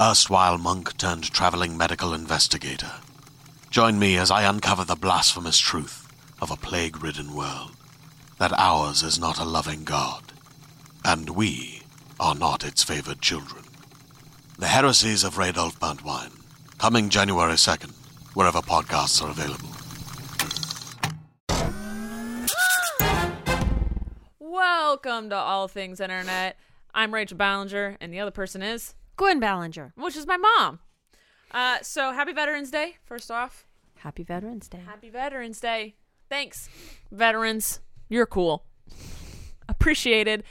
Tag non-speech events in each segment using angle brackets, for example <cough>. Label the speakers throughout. Speaker 1: erstwhile monk turned traveling medical investigator. Join me as I uncover the blasphemous truth of a plague ridden world that ours is not a loving God, and we are not its favored children. The heresies of Radolf Buntwine, coming January 2nd, wherever podcasts are available.
Speaker 2: Welcome to All Things Internet. I'm Rachel Ballinger, and the other person is,
Speaker 3: Gwen Ballinger.
Speaker 2: which is my mom. Uh, so happy Veterans Day, first off.
Speaker 3: Happy Veterans Day.
Speaker 2: Happy Veterans Day. Thanks, veterans. You're cool. Appreciated.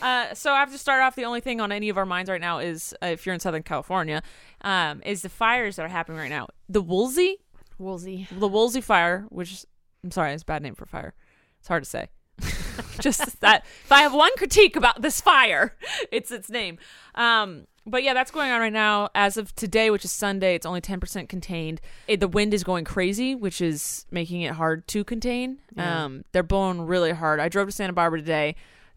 Speaker 2: Uh, so I have to start off. The only thing on any of our minds right now is, uh, if you're in Southern California, um, is the fires that are happening right now. The Woolsey,
Speaker 3: Woolsey.
Speaker 2: the Woolsey fire, which is- I'm sorry, it's a bad name for fire. It's hard to say. <laughs> Just <laughs> that. If I have one critique about this fire, <laughs> it's its name. Um, but yeah, that's going on right now. As of today, which is Sunday, it's only 10% contained. It, the wind is going crazy, which is making it hard to contain. Um, they're blowing really hard. I drove to Santa Barbara today.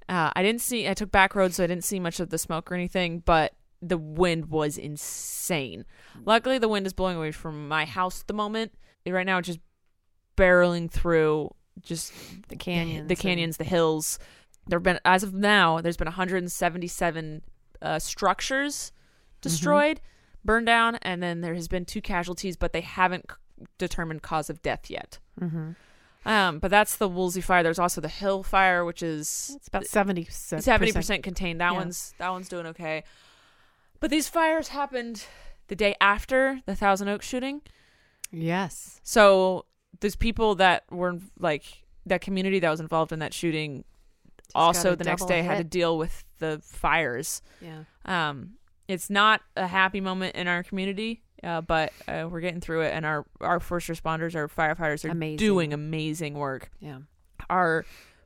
Speaker 2: Uh, I didn't see, I took back roads, so I didn't see much of the smoke or anything, but the wind was insane. Luckily, the wind is blowing away from my house at the moment. Right now, it's just barreling through just
Speaker 3: The canyons.
Speaker 2: the canyons, the hills. There have been, as of now, there's been 177 uh, structures
Speaker 3: Mm-hmm.
Speaker 2: destroyed, burned down, and then there has been two casualties, but they haven't c- determined cause of death yet. Mm-hmm. Um, but that's the Woolsey fire. There's also the Hill fire, which is
Speaker 3: It's about 70 percent.
Speaker 2: seventy percent contained. That
Speaker 3: Yeah.
Speaker 2: one's that one's doing okay. But these fires happened the day after the Thousand Oaks shooting.
Speaker 3: Yes.
Speaker 2: So there's people that were like that community that was involved in that shooting. also,
Speaker 3: got a
Speaker 2: the next
Speaker 3: double
Speaker 2: day had to
Speaker 3: hit.
Speaker 2: deal with the fires.
Speaker 3: Yeah.
Speaker 2: Um, it's not a happy moment in our community, uh, but uh, we're getting through it, and our our first responders, our firefighters, are
Speaker 3: Amazing.
Speaker 2: doing amazing work.
Speaker 3: Yeah.
Speaker 2: Our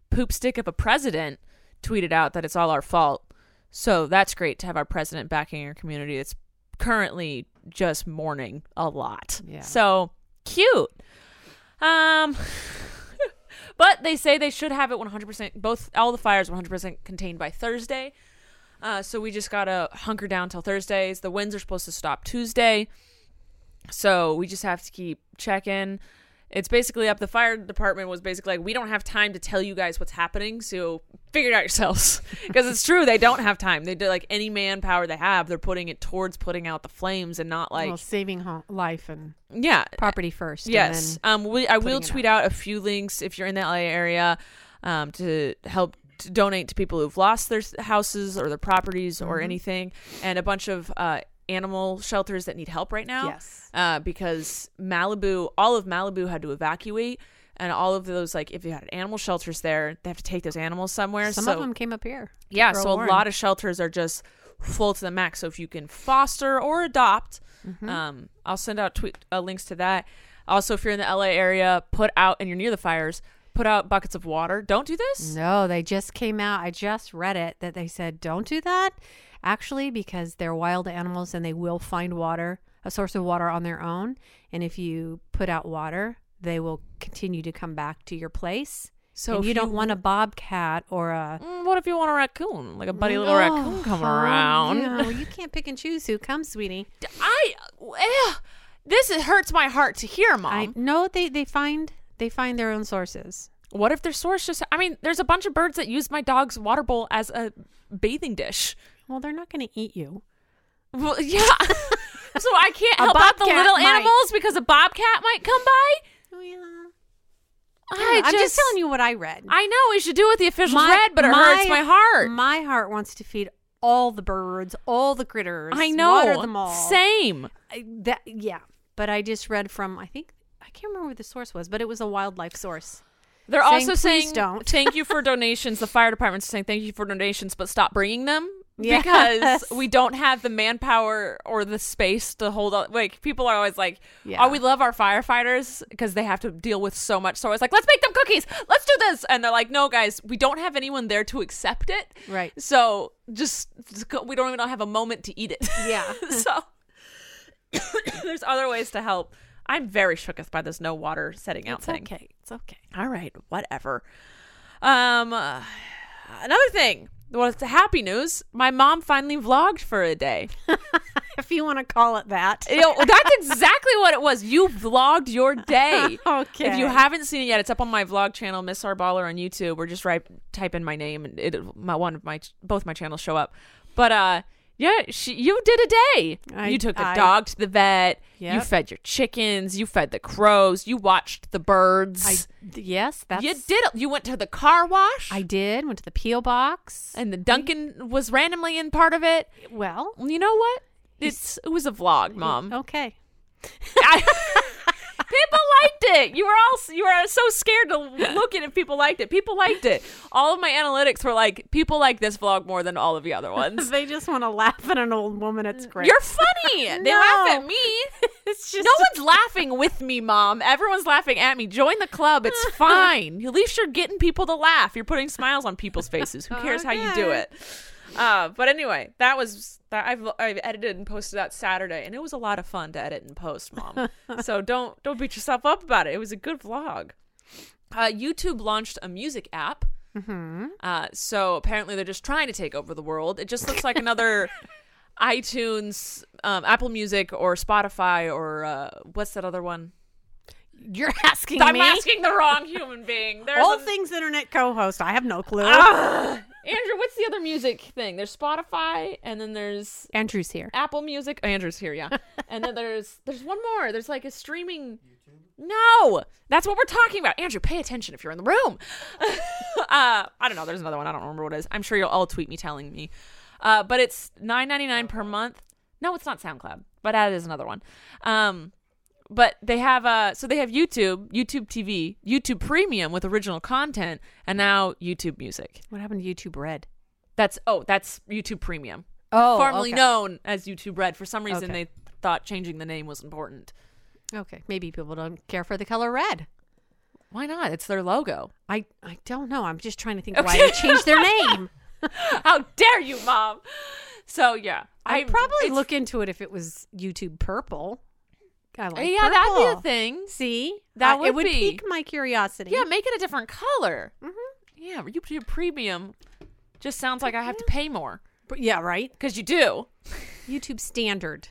Speaker 2: poop stick of a president tweeted out that it's all our fault. So that's great to have our president backing our community. It's currently just mourning a lot.
Speaker 3: Yeah.
Speaker 2: So cute. Um, <laughs> but they say they should have it 100%, both, all the fires 100% contained by Thursday. Uh, so we just gotta hunker down till Thursdays. The winds are supposed to stop Tuesday, so we just have to keep checking. It's basically up. The fire department was basically like, we don't have time to tell you guys what's happening, so figure it out yourselves. <laughs> Because it's true, they don't have time. They do like any manpower they have, they're putting it towards putting out the flames and not like,
Speaker 3: well, saving ho- life and
Speaker 2: yeah,
Speaker 3: property first.
Speaker 2: Yes.
Speaker 3: And
Speaker 2: um, we, I will
Speaker 3: putting it
Speaker 2: tweet out. a few links if you're in the LA area um, to help to donate to people who've lost their s- houses or their properties
Speaker 3: Mm-hmm.
Speaker 2: or anything, and a bunch of uh, animal shelters that need help right now.
Speaker 3: Yes.
Speaker 2: Uh, because Malibu, all of Malibu had to evacuate. And all of those, like, if you had animal shelters there, they have to take those animals somewhere.
Speaker 3: then some
Speaker 2: so
Speaker 3: of them came up here.
Speaker 2: yeah, so a lot of shelters are just full to the max. So if you can foster or adopt,
Speaker 3: Mm-hmm.
Speaker 2: um, I'll send out tweet uh, links to that. Also, if you're in the LA area, put out and you're near the fires, put out buckets of water. Don't do this.
Speaker 3: No, they just came out. I just read it that they said don't do that, actually, because they're wild animals and they will find water, a source of water on their own. And if you put out water, they will continue to come back to your place.
Speaker 2: So
Speaker 3: and
Speaker 2: if
Speaker 3: you don't
Speaker 2: you-
Speaker 3: want a bobcat or a
Speaker 2: Mm, What if you want a raccoon, like a buddy little
Speaker 3: Oh,
Speaker 2: raccoon coming
Speaker 3: Tom,
Speaker 2: around?
Speaker 3: yeah, well, you can't pick and choose who comes, sweetie.
Speaker 2: <laughs> I, eh, this is- hurts my heart to hear, mom.
Speaker 3: I no, they they find they find their own sources.
Speaker 2: what if their source just? I mean, there's a bunch of birds that use my dog's water bowl as a bathing dish.
Speaker 3: Well, they're not going to eat you.
Speaker 2: Well, <laughs> yeah. so I can't
Speaker 3: A
Speaker 2: help out the
Speaker 3: bobcat
Speaker 2: little
Speaker 3: might.
Speaker 2: animals because a bobcat might come by.
Speaker 3: Oh, yeah.
Speaker 2: I
Speaker 3: I'm just telling you what I read.
Speaker 2: I know we should do what the officials read, but it hurts my heart.
Speaker 3: My heart wants to feed all the birds, all the critters.
Speaker 2: I know.
Speaker 3: Water them all.
Speaker 2: Same.
Speaker 3: I- that yeah. But I just read from I think I can't remember what the source was, but it was a wildlife source.
Speaker 2: They're
Speaker 3: Saying,
Speaker 2: also
Speaker 3: "Please
Speaker 2: saying
Speaker 3: don't."
Speaker 2: thank you
Speaker 3: <laughs>
Speaker 2: for donations. The fire department's saying thank you for donations, but stop bringing them
Speaker 3: Yes.
Speaker 2: because we don't have the manpower or the space to hold on. Like people are always like,
Speaker 3: Yeah.
Speaker 2: "Oh, we love our firefighters because they have to deal with so much." So I was like, "Let's make them cookies. Let's do this." And they're like, "No, guys, we don't have anyone there to accept it.
Speaker 3: Right.
Speaker 2: So just just go- we don't even have a moment to eat it."
Speaker 3: Yeah.
Speaker 2: <laughs>
Speaker 3: <laughs>
Speaker 2: so <coughs> there's other ways to help. I'm very shooketh by this no water setting out
Speaker 3: It's
Speaker 2: thing.
Speaker 3: okay. It's okay.
Speaker 2: All right, whatever. Um, uh, another thing. Well, it's happy news. My mom finally vlogged for a day.
Speaker 3: <laughs> If you want to call it that.
Speaker 2: You
Speaker 3: <laughs>
Speaker 2: know, that's exactly what it was. You vlogged your day. If
Speaker 3: <laughs> Okay.
Speaker 2: you haven't seen it yet, it's up on my vlog channel, Miss Arballer on YouTube. Or just right, type in my name, and it my one of my both my channels show up. But uh, yeah, she, you did a day.
Speaker 3: I-
Speaker 2: you took the
Speaker 3: I-
Speaker 2: dog to the vet. You
Speaker 3: Yep.
Speaker 2: fed your chickens. You fed the crows. You watched the birds.
Speaker 3: I, yes, that's
Speaker 2: you did it. You went to the car wash.
Speaker 3: I did. Went to the P.O. box.
Speaker 2: and the Duncan was randomly in part of it.
Speaker 3: well,
Speaker 2: You know what? It's it was a vlog, mom.
Speaker 3: okay.
Speaker 2: <laughs> I- people liked it. You were all you were so scared to look at if people liked it. People liked it. All of my analytics were like people like this vlog more than all of the other
Speaker 3: <laughs>
Speaker 2: ones.
Speaker 3: <laughs> They just want to laugh at an old woman. It's great.
Speaker 2: You're funny. They laugh at
Speaker 3: No.
Speaker 2: me.
Speaker 3: it's just
Speaker 2: No one's laughing with me, mom. Everyone's laughing at me. Join the club. It's fine. At least you're getting people to laugh. You're putting smiles on people's faces. Who cares how you <laughs> do
Speaker 3: Okay.
Speaker 2: it? Uh, but anyway, that was that. I've I've edited and posted that Saturday, and it was a lot of fun to edit and post, <laughs> mom. so don't don't beat yourself up about it. It was a good vlog. Uh, YouTube launched a music app. Uh, so apparently they're just trying to take over the world. It just looks like <laughs> another iTunes, um, Apple Music, or Spotify, or uh, what's that other one?
Speaker 3: You're asking
Speaker 2: I'm
Speaker 3: me.
Speaker 2: asking the wrong human <laughs> being. There's
Speaker 3: All
Speaker 2: a-
Speaker 3: things internet co-host. I have no clue.
Speaker 2: Ugh. Andrew, what's the other music thing? There's Spotify, and then there's
Speaker 3: Andrew's here.
Speaker 2: Apple Music. Oh, Andrew's here, yeah. and then there's there's one more. There's like a streaming. No, that's what we're talking about. Andrew, pay attention if you're in the room. <laughs> uh, I don't know. There's another one. I don't remember what it is. I'm sure you'll all tweet me telling me. Uh, but it's nine ninety nine per month. No, it's not SoundCloud, but that is another one. Um, but they have uh, so they have YouTube, YouTube TV, YouTube Premium with original content, and now YouTube Music.
Speaker 3: What happened to YouTube Red?
Speaker 2: That's oh, that's YouTube Premium
Speaker 3: Oh,
Speaker 2: formerly
Speaker 3: okay.
Speaker 2: known as YouTube Red. For some reason,
Speaker 3: Okay.
Speaker 2: they thought changing the name was important.
Speaker 3: Okay, maybe people don't care for the color red.
Speaker 2: Why not? It's their logo.
Speaker 3: I I don't know. I'm just trying to think why they changed their <laughs> name.
Speaker 2: <laughs> How dare you, mom? So yeah,
Speaker 3: I'd probably
Speaker 2: it's-
Speaker 3: look into it if it was YouTube Purple. I like
Speaker 2: yeah, that'd be
Speaker 3: purple.
Speaker 2: a thing.
Speaker 3: See,
Speaker 2: That
Speaker 3: I-
Speaker 2: would
Speaker 3: it would
Speaker 2: be.
Speaker 3: pique my curiosity.
Speaker 2: Yeah, make it a different color. Mm-hmm. Yeah, YouTube Premium just sounds like I have to pay more
Speaker 3: But- yeah, right.
Speaker 2: because you do.
Speaker 3: YouTube Standard.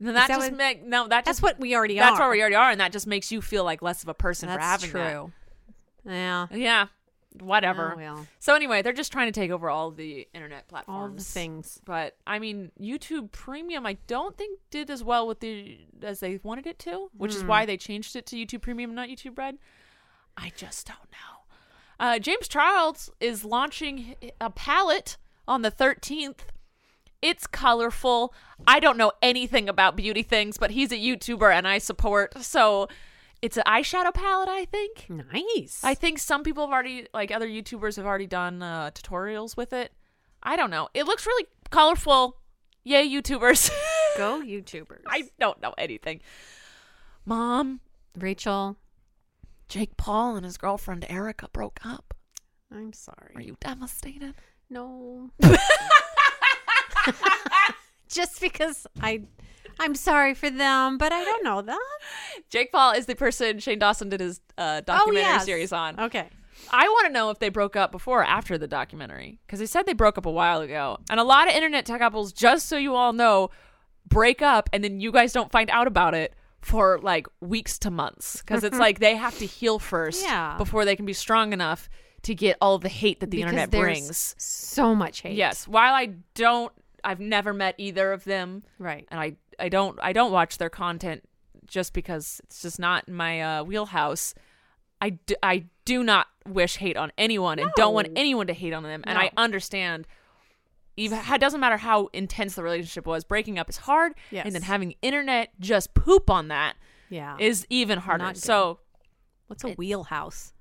Speaker 2: And then that,
Speaker 3: that
Speaker 2: just
Speaker 3: what-
Speaker 2: make no. That
Speaker 3: That's
Speaker 2: just,
Speaker 3: what we already
Speaker 2: that's
Speaker 3: are.
Speaker 2: where we already are, and that just makes you feel like less of a person for
Speaker 3: That's
Speaker 2: having that.
Speaker 3: true. Yeah.
Speaker 2: Yeah, whatever.
Speaker 3: Oh, well.
Speaker 2: So anyway, they're just trying to take over all the internet platforms.
Speaker 3: All the things.
Speaker 2: But I mean, YouTube Premium, I don't think did as well with the as they wanted it to, which is why they changed it to YouTube Premium, not YouTube Red. I just don't know. Uh, James Charles is launching h- a palette on the 13th. It's colorful. I don't know anything about beauty things, but he's a YouTuber and I support. So it's an eyeshadow palette, I think.
Speaker 3: Nice.
Speaker 2: I think some people have already, like other YouTubers, have already done uh, tutorials with it. I don't know. It looks really colorful. Yay, YouTubers! <laughs>
Speaker 3: go YouTubers.
Speaker 2: I don't know anything. Mom,
Speaker 3: Rachel,
Speaker 2: Jake Paul and his girlfriend Erica broke up.
Speaker 3: I'm
Speaker 2: Are
Speaker 3: sorry.
Speaker 2: you devastated? <laughs>
Speaker 3: No. Just because I I'm sorry for them, but I don't know that.
Speaker 2: Jake Paul is the person Shane Dawson did his uh, documentary
Speaker 3: Oh, yes.
Speaker 2: series on.
Speaker 3: Okay.
Speaker 2: I want to know if they broke up before or after the documentary because they said they broke up a while ago. And a lot of internet couples, just so you all know, break up and then you guys don't find out about it for like weeks to months because
Speaker 3: <laughs>
Speaker 2: it's like they have to heal first
Speaker 3: Yeah.
Speaker 2: before they can be strong enough to get all of the hate that the
Speaker 3: Because
Speaker 2: internet
Speaker 3: there's
Speaker 2: brings.
Speaker 3: So much hate.
Speaker 2: Yes. While I don't, I've never met either of them,
Speaker 3: Right.
Speaker 2: and I I don't I don't watch their content just because it's just not my uh, wheelhouse. I do, I do not wish hate on anyone and don't want
Speaker 3: No.
Speaker 2: anyone to hate on them, and
Speaker 3: No.
Speaker 2: I understand. Even it doesn't matter how intense the relationship was, breaking up is hard,
Speaker 3: Yes.
Speaker 2: and then having internet just poop on that
Speaker 3: Yeah.
Speaker 2: is even harder.
Speaker 3: Not good.
Speaker 2: So
Speaker 3: What's a
Speaker 2: it-
Speaker 3: wheelhouse?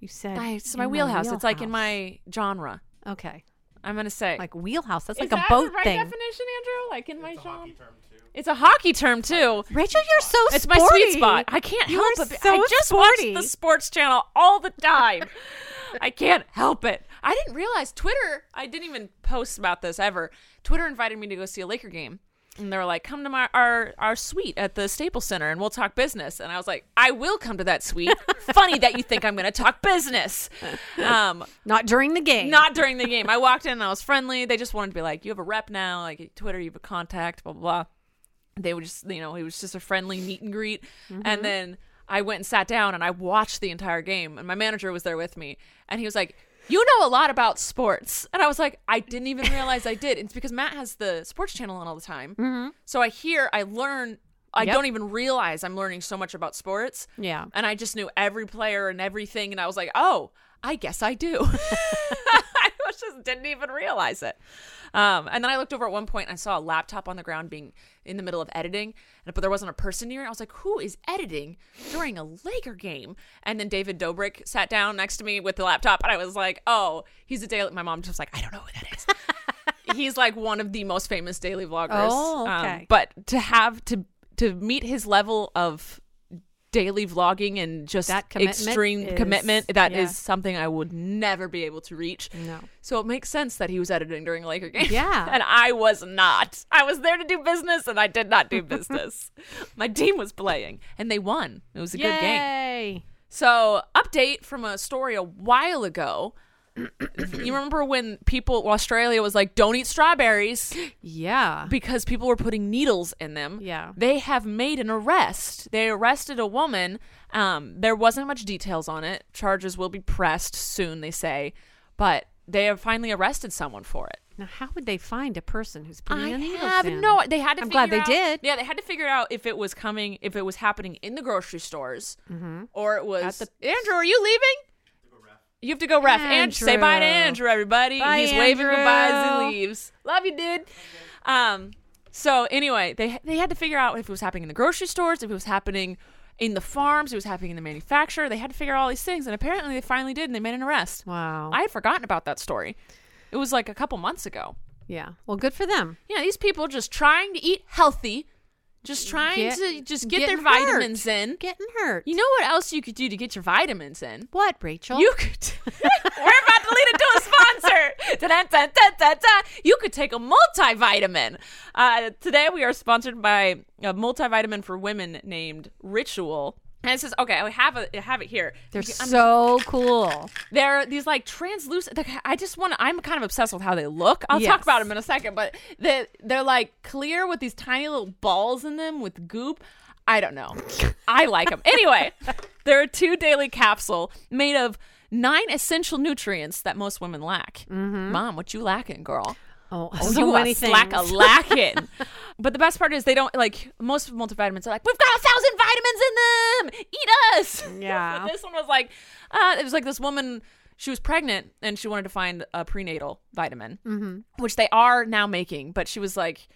Speaker 3: You said
Speaker 2: I, it's my
Speaker 3: in the
Speaker 2: wheelhouse. It's like in
Speaker 3: wheelhouse.
Speaker 2: my genre.
Speaker 3: Okay.
Speaker 2: I'm gonna say
Speaker 3: Like wheelhouse. That's
Speaker 2: Is
Speaker 3: like a
Speaker 2: that
Speaker 3: boat
Speaker 2: the right
Speaker 3: thing.
Speaker 2: definition, Andrew? Like in my genre. It's a hockey term too.
Speaker 3: Rachel, you're so
Speaker 2: It's my
Speaker 3: sporty.
Speaker 2: sweet spot. I can't
Speaker 3: You
Speaker 2: help
Speaker 3: are
Speaker 2: it.
Speaker 3: So
Speaker 2: I just
Speaker 3: sporty.
Speaker 2: watch the sports channel all the <laughs> time. I can't help it. I didn't realize Twitter. I didn't even post about this ever. Twitter invited me to go see a Laker game, and they were like, "Come to my our our suite at the Staples Center, and we'll talk business." And I was like, "I will come to that <laughs> suite." Funny that you think I'm going to talk <laughs> business. Um,
Speaker 3: Not during the game.
Speaker 2: not during the game. I walked in and I was friendly. They just wanted to be like, you have a rep now, like Twitter, you have a contact, blah blah. blah. They would just, you know, it was just a friendly meet and greet.
Speaker 3: Mm-hmm.
Speaker 2: And then I went and sat down and I watched the entire game. And my manager was there with me, and he was like. You know a lot about sports. And I was like, I didn't even realize I did. It's because Matt has the sports channel on all the time. So I hear, I learn, I
Speaker 3: Mm-hmm. Yep.
Speaker 2: don't even realize I'm learning so much about sports.
Speaker 3: Yeah.
Speaker 2: And I just knew every player and everything. And I was like, oh, I guess I do. <laughs> I was just didn't even realize it. Um, and then I looked over at one point and I saw a laptop on the ground being in the middle of editing, and- but there wasn't a person near. it. I was like, who is editing during a Laker game? And then David Dobrik sat down next to me with the laptop, and I was like, oh, he's a daily. My mom just was like, I don't know who that
Speaker 3: <laughs>
Speaker 2: is he's like one of the most famous daily vloggers.
Speaker 3: Oh,
Speaker 2: Um,
Speaker 3: okay.
Speaker 2: but to have to to meet his level of daily vlogging and just
Speaker 3: That commitment
Speaker 2: extreme
Speaker 3: is-
Speaker 2: commitment that is
Speaker 3: yeah.
Speaker 2: something I would never be able to reach.
Speaker 3: No.
Speaker 2: So it makes sense that he was editing during a Laker game.
Speaker 3: Yeah.
Speaker 2: <laughs> and I was not. I was there to do business and I did not do
Speaker 3: <laughs>
Speaker 2: business. My team was playing and they won. It was a good game.
Speaker 3: Yay.
Speaker 2: So, update from a story a while ago. <clears throat> you remember when people Australia was like, "Don't eat strawberries
Speaker 3: Yeah.
Speaker 2: because people were putting needles in them."
Speaker 3: Yeah.
Speaker 2: they have made an arrest. They arrested a woman. Um, there wasn't much details on it. Charges will be pressed soon, they say, but they have finally arrested someone for it.
Speaker 3: Now, how would they find a person who's putting
Speaker 2: I
Speaker 3: the needles
Speaker 2: have
Speaker 3: in?
Speaker 2: no. They had to.
Speaker 3: I'm glad
Speaker 2: figure
Speaker 3: they
Speaker 2: out-
Speaker 3: did.
Speaker 2: Yeah, they had to figure out if it was coming, if it was happening in the grocery stores, or it was.
Speaker 3: Mm-hmm. At the-
Speaker 2: Andrew, are you leaving? You have to go ref. And say bye to
Speaker 3: Andrew.
Speaker 2: Andrew, everybody.
Speaker 3: Bye,
Speaker 2: He's waving goodbye as
Speaker 3: Andrew.
Speaker 2: he leaves. Love you, dude. Um. So anyway, they they had to figure out if it was happening in the grocery stores, if it was happening in the farms, if it was happening in the manufacturer. They had to figure out all these things, and apparently they finally did, and they made an arrest.
Speaker 3: Wow.
Speaker 2: I had forgotten about that story. It was like a couple months ago.
Speaker 3: yeah. Well, good for them.
Speaker 2: Yeah, these people just trying to eat healthy, just trying
Speaker 3: Get-
Speaker 2: to just Mm, get their
Speaker 3: getting hurt.
Speaker 2: vitamins in.
Speaker 3: Getting hurt.
Speaker 2: You know what else you could do to get your vitamins in?
Speaker 3: <laughs> what, Rachel?
Speaker 2: You could. <laughs> We're about to lead into a <laughs> sponsor. Dun, dun, dun, dun, dun. You could take a multivitamin. Uh, today we are sponsored by a multivitamin for women named Ritual. And it says, okay, I have, a, I have it here.
Speaker 3: They're
Speaker 2: You can- I'm-
Speaker 3: so cool.
Speaker 2: they're these like translucent. like, I just want to. I'm kind of obsessed with how they look. I'll talk
Speaker 3: Yes.
Speaker 2: about them in a second, but they they're like clear with these tiny little balls in them with goop. I don't know. I like them anyway. They're a two daily capsule made of nine essential nutrients that most women lack. Mom, what you lacking, girl?
Speaker 3: Oh,
Speaker 2: Oh,
Speaker 3: so
Speaker 2: you
Speaker 3: many
Speaker 2: are slack a
Speaker 3: things. <laughs>
Speaker 2: lacking. but the best part is they don't like most multivitamins are like we've got a thousand vitamins in them. Eat us. <laughs>
Speaker 3: Yeah.
Speaker 2: But this one was like, uh, it was like this woman. She was pregnant and she wanted to find a prenatal vitamin, mm-hmm. which they are now making. But she was like,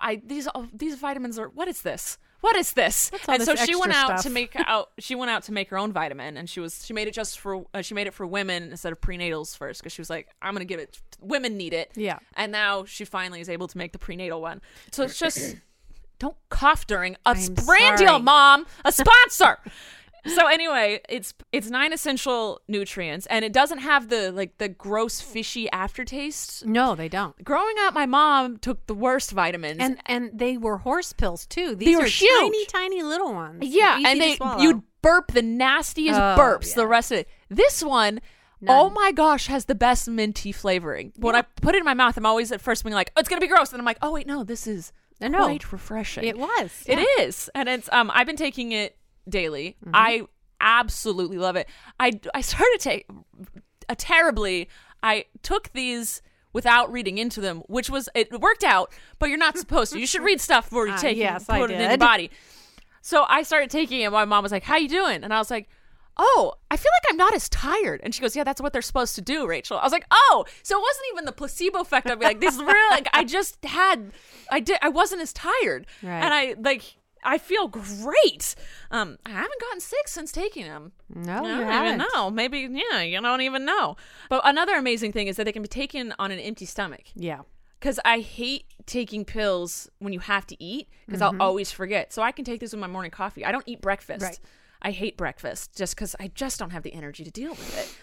Speaker 2: "I these oh, these vitamins are what is this? What is this?"
Speaker 3: all
Speaker 2: and so
Speaker 3: this
Speaker 2: she went
Speaker 3: extra
Speaker 2: out to
Speaker 3: stuff?
Speaker 2: make out. She went out to make her own vitamin, and she was she made it just for uh, she made it for women instead of prenatals first because she was like, "I'm gonna give it. Women need it."
Speaker 3: Yeah.
Speaker 2: And now she finally is able to make the prenatal one. So it's just
Speaker 3: <clears throat>
Speaker 2: don't cough during a
Speaker 3: I'm
Speaker 2: brand deal,
Speaker 3: sorry.
Speaker 2: mom,
Speaker 3: <laughs>
Speaker 2: a sponsor. so anyway, it's it's nine essential nutrients and it doesn't have the like the gross fishy aftertaste.
Speaker 3: No, they don't.
Speaker 2: Growing up, my mom took the worst vitamins.
Speaker 3: And and they were horse pills too. These
Speaker 2: were
Speaker 3: are
Speaker 2: huge.
Speaker 3: tiny, tiny little ones.
Speaker 2: yeah,
Speaker 3: Easy
Speaker 2: and
Speaker 3: to
Speaker 2: they
Speaker 3: swallow.
Speaker 2: you'd burp the nastiest
Speaker 3: Oh,
Speaker 2: burps the
Speaker 3: yeah.
Speaker 2: rest of it. This one, oh my gosh, has the best minty flavoring. When I put it in my mouth, I'm always at first being like, "Oh, it's gonna be gross," and I'm like, "Oh wait, no, this is
Speaker 3: I know.
Speaker 2: quite refreshing."
Speaker 3: It was. yeah. Mm-hmm.
Speaker 2: It is, and it's. Um, I've been taking it daily. I absolutely love it. I I started to a terribly. I uh, took these without reading into them, which was it worked out, but you're not supposed to. You
Speaker 3: <laughs>
Speaker 2: should read stuff before you
Speaker 3: Ah,
Speaker 2: take it
Speaker 3: yes,
Speaker 2: and
Speaker 3: I
Speaker 2: put it in your
Speaker 3: did.
Speaker 2: body. So I started taking it. and My mom was like, "How you doing?" And I was like, "Oh, I feel like I'm not as tired." And she goes, "Yeah, that's what they're supposed to do, Rachel." I was like, "Oh, so it wasn't even the placebo effect of like this is real. Like I just had, I did, I wasn't as tired,
Speaker 3: Right.
Speaker 2: and I like." I feel great. Um, I haven't gotten sick since taking them.
Speaker 3: No,
Speaker 2: I
Speaker 3: you
Speaker 2: don't even
Speaker 3: haven't.
Speaker 2: know. Maybe, yeah, you don't even know. But another amazing thing is that they can be taken on an empty stomach.
Speaker 3: Yeah.
Speaker 2: Because I hate taking pills when you have to eat because I'll always forget. So I can take this with my morning coffee. I don't eat breakfast.
Speaker 3: Right.
Speaker 2: I hate breakfast just because I just don't have the energy to deal with it.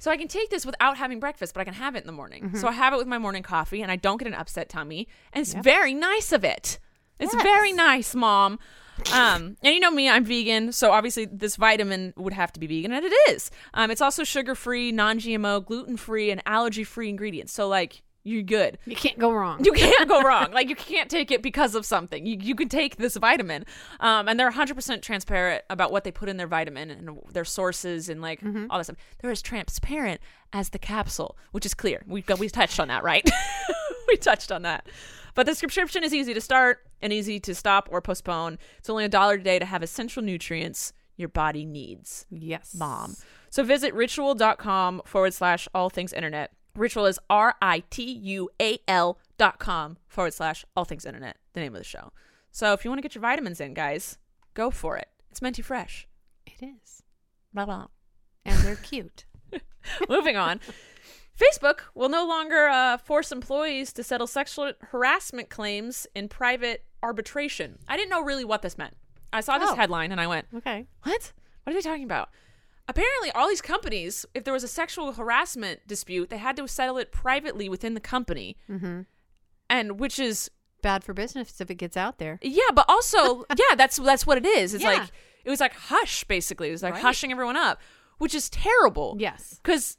Speaker 2: So I can take this without having breakfast, but I can have it in the morning. So I have it with my morning coffee and I don't get an upset tummy. And it's very nice of it. It's very nice, mom. Um, and you know me, I'm vegan, so obviously this vitamin would have to be vegan, and it is. Um, it's also sugar free, non GMO, gluten free, and allergy free ingredients. So, like, you're good.
Speaker 3: You can't go wrong.
Speaker 2: <laughs> You can't go wrong. Like you can't take it because of something. You, you can take this vitamin, um, and they're 100% transparent about what they put in their vitamin and their sources and like all that stuff. They're as transparent as the capsule, which is clear. We got, we touched on that, right? <laughs> we touched on that. But the subscription is easy to start and easy to stop or postpone. It's only a dollar a day to have essential nutrients your body needs
Speaker 3: yes.
Speaker 2: mom. So visit ritual.com forward slash all things internet. Ritual is R I T U A L dot com forward slash all things internet, the name of the show. So if you want to get your vitamins in, guys, go for it. It's minty fresh.
Speaker 3: It is.
Speaker 2: Blah, blah. <laughs>
Speaker 3: And they're cute.
Speaker 2: Moving on. Facebook will no longer uh, force employees to settle sexual harassment claims in private arbitration. I didn't know really what this meant. I saw this
Speaker 3: Oh.
Speaker 2: headline and I went,
Speaker 3: Okay.
Speaker 2: What? What are they talking about? Apparently, all these companies, if there was a sexual harassment dispute, they had to settle it privately within the company.
Speaker 3: Mm-hmm.
Speaker 2: And which is,
Speaker 3: Bad for business if it gets out there.
Speaker 2: yeah, but
Speaker 3: <laughs>
Speaker 2: also, yeah, that's that's what it is. It's
Speaker 3: Yeah.
Speaker 2: like it was like hush, basically. It was like
Speaker 3: Right.
Speaker 2: hushing everyone up, which is terrible.
Speaker 3: Yes.
Speaker 2: because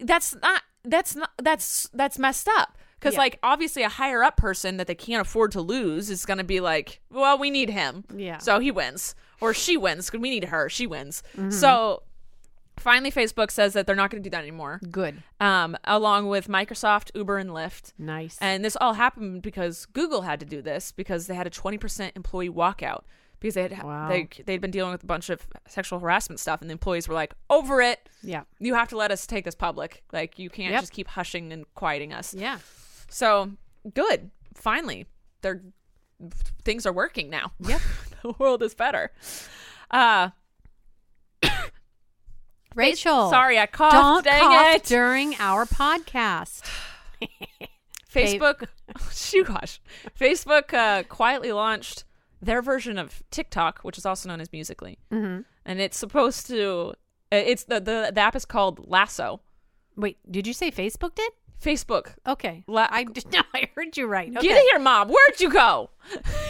Speaker 2: that's not that's not that's that's messed up. Because
Speaker 3: Yeah.
Speaker 2: like obviously, a higher up person that they can't afford to lose is gonna be like, well, we need him.
Speaker 3: Yeah.
Speaker 2: So he wins. Or she wins because we need her. She wins.
Speaker 3: Mm-hmm.
Speaker 2: So finally, Facebook says that they're not going to do that anymore,
Speaker 3: Good.
Speaker 2: um, along with Microsoft, Uber, and Lyft.
Speaker 3: Nice.
Speaker 2: And this all happened because Google had to do this because they had a 20% employee walkout because they had
Speaker 3: Wow.
Speaker 2: they, they'd been dealing with a bunch of sexual harassment stuff, and the employees were like, over it.
Speaker 3: yeah.
Speaker 2: You have to let us take this public. Like, you can't
Speaker 3: Yep.
Speaker 2: just keep hushing and quieting us.
Speaker 3: Yeah.
Speaker 2: So good. Finally, they're things are working now. <laughs>
Speaker 3: Yep.
Speaker 2: the world is better. Uh,
Speaker 3: Rachel.
Speaker 2: sorry, <laughs> I coughed.
Speaker 3: Don't
Speaker 2: dang
Speaker 3: cough
Speaker 2: it.
Speaker 3: during our podcast.
Speaker 2: Facebook, <laughs> shoot, gosh, Facebook uh, quietly launched their version of TikTok, which is also known as Musically,
Speaker 3: Mm-hmm.
Speaker 2: and it's supposed to. uh, It's the the, the app is called Lasso.
Speaker 3: Wait, did you say Facebook did?
Speaker 2: Facebook,
Speaker 3: Okay.
Speaker 2: La-
Speaker 3: I did- <laughs> no, I heard you right. Okay.
Speaker 2: get in here, mom. Where'd you go? <laughs>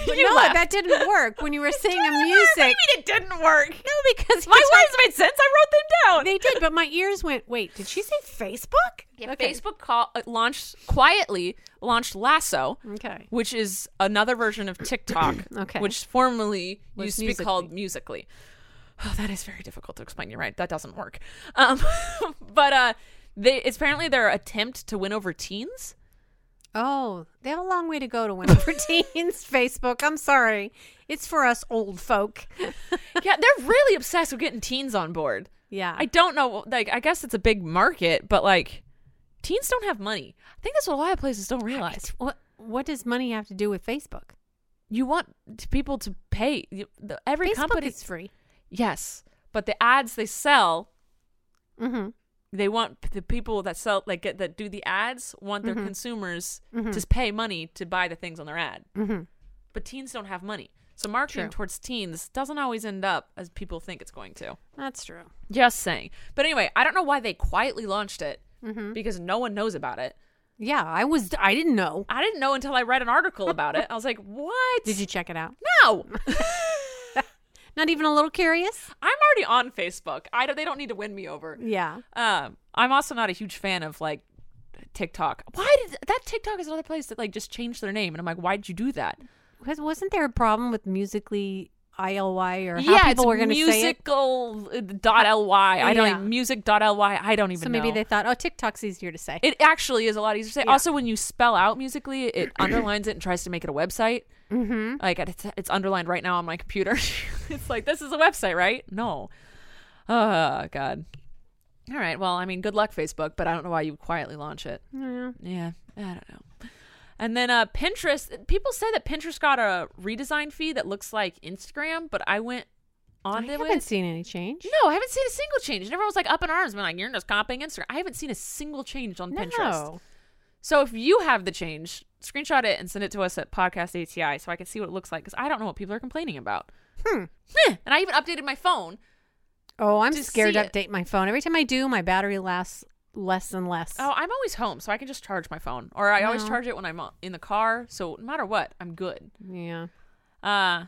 Speaker 3: But
Speaker 2: you
Speaker 3: no,
Speaker 2: left.
Speaker 3: that didn't work when you <laughs> were singing
Speaker 2: Didn't work.
Speaker 3: music.
Speaker 2: Maybe it didn't work.
Speaker 3: No, because
Speaker 2: My words made sense. I wrote them down.
Speaker 3: they did, but my ears went. Wait, did she say Facebook?
Speaker 2: Yeah, Facebook call, uh, launched quietly launched Lasso,
Speaker 3: Okay.
Speaker 2: which is another version of TikTok,
Speaker 3: <clears throat> Okay.
Speaker 2: which formerly
Speaker 3: Was
Speaker 2: used to be called Musically. Oh, that is very difficult to explain. You're right; that doesn't work. Um, <laughs> but uh, they, it's apparently their attempt to win over teens.
Speaker 3: <laughs> <laughs> Oh, they have a long way to go to <laughs> win over teens. Facebook, I'm sorry, it's for us old folk.
Speaker 2: yeah, they're really obsessed with getting teens on board.
Speaker 3: yeah,
Speaker 2: I don't know. Like, I guess it's a big market, but like, teens don't have money. I think that's what a lot of places don't realize.
Speaker 3: What What does money have to do with Facebook?
Speaker 2: You want t- people to pay. You- the- Every
Speaker 3: Facebook
Speaker 2: company
Speaker 3: is free.
Speaker 2: Yes, but the ads they sell,
Speaker 3: Mm-hmm.
Speaker 2: they want p- the people that sell like get- that do the ads want their
Speaker 3: Mm-hmm.
Speaker 2: consumers to pay money to buy the things on their ad.
Speaker 3: Mm-hmm.
Speaker 2: But teens don't have money. So marketing
Speaker 3: True.
Speaker 2: towards teens doesn't always end up as people think it's going to.
Speaker 3: That's true.
Speaker 2: Just saying. But anyway, I don't know why they quietly launched it
Speaker 3: Mm-hmm.
Speaker 2: because no one knows about it.
Speaker 3: Yeah, I was. I didn't know.
Speaker 2: I didn't know until I read an article about it. I was
Speaker 3: <laughs>
Speaker 2: like, "What?
Speaker 3: Did you check it out? <laughs>
Speaker 2: No.
Speaker 3: Not even a little curious?
Speaker 2: I'm already on Facebook. I don't, they don't need to win me over."
Speaker 3: Yeah.
Speaker 2: Um, I'm also not a huge fan of like TikTok. Why did that TikTok is another place that like just changed their name, and I'm like, why did you do that?
Speaker 3: Was- Wasn't there a problem with musically ILY or how
Speaker 2: yeah,
Speaker 3: people
Speaker 2: it's
Speaker 3: were going to say it.
Speaker 2: musical uh, dot ly. I don't
Speaker 3: Yeah.
Speaker 2: even music dot ly. I don't even.
Speaker 3: So maybe
Speaker 2: know.
Speaker 3: they thought, oh, TikTok's easier to say.
Speaker 2: It actually is a lot easier to say.
Speaker 3: Yeah.
Speaker 2: Also, when you spell out musically, it <clears throat> underlines it and tries to make it a website.
Speaker 3: mm-hmm.
Speaker 2: Like it's, it's underlined right now on my computer. <laughs> it's like this is a website, right? No. Oh God. All right. Well, I mean, good luck, Facebook. But I don't know why you would quietly launch it.
Speaker 3: Yeah.
Speaker 2: Yeah, I don't know. And then uh, Pinterest. People say that Pinterest got a redesign feed that looks like Instagram, but I went
Speaker 3: I
Speaker 2: on there
Speaker 3: haven't
Speaker 2: with.
Speaker 3: seen any change.
Speaker 2: no, I haven't seen a single change. And everyone was like up in arms, being like, "You're just copying Instagram." I haven't seen a single change on Pinterest.
Speaker 3: No.
Speaker 2: So if you have the change, screenshot it and send it to us at podcast ATI so I can see what it looks like because I don't know what people are complaining about.
Speaker 3: Hmm.
Speaker 2: Heh, and I even updated my phone.
Speaker 3: Oh, I'm
Speaker 2: To
Speaker 3: scared to
Speaker 2: see it.
Speaker 3: update my phone. Every time I do, my battery lasts less and less.
Speaker 2: Oh, I'm always home, so I can just charge my phone, or I always
Speaker 3: No.
Speaker 2: charge it when I'm uh, in the car. So no matter what, I'm good.
Speaker 3: Yeah.
Speaker 2: Uh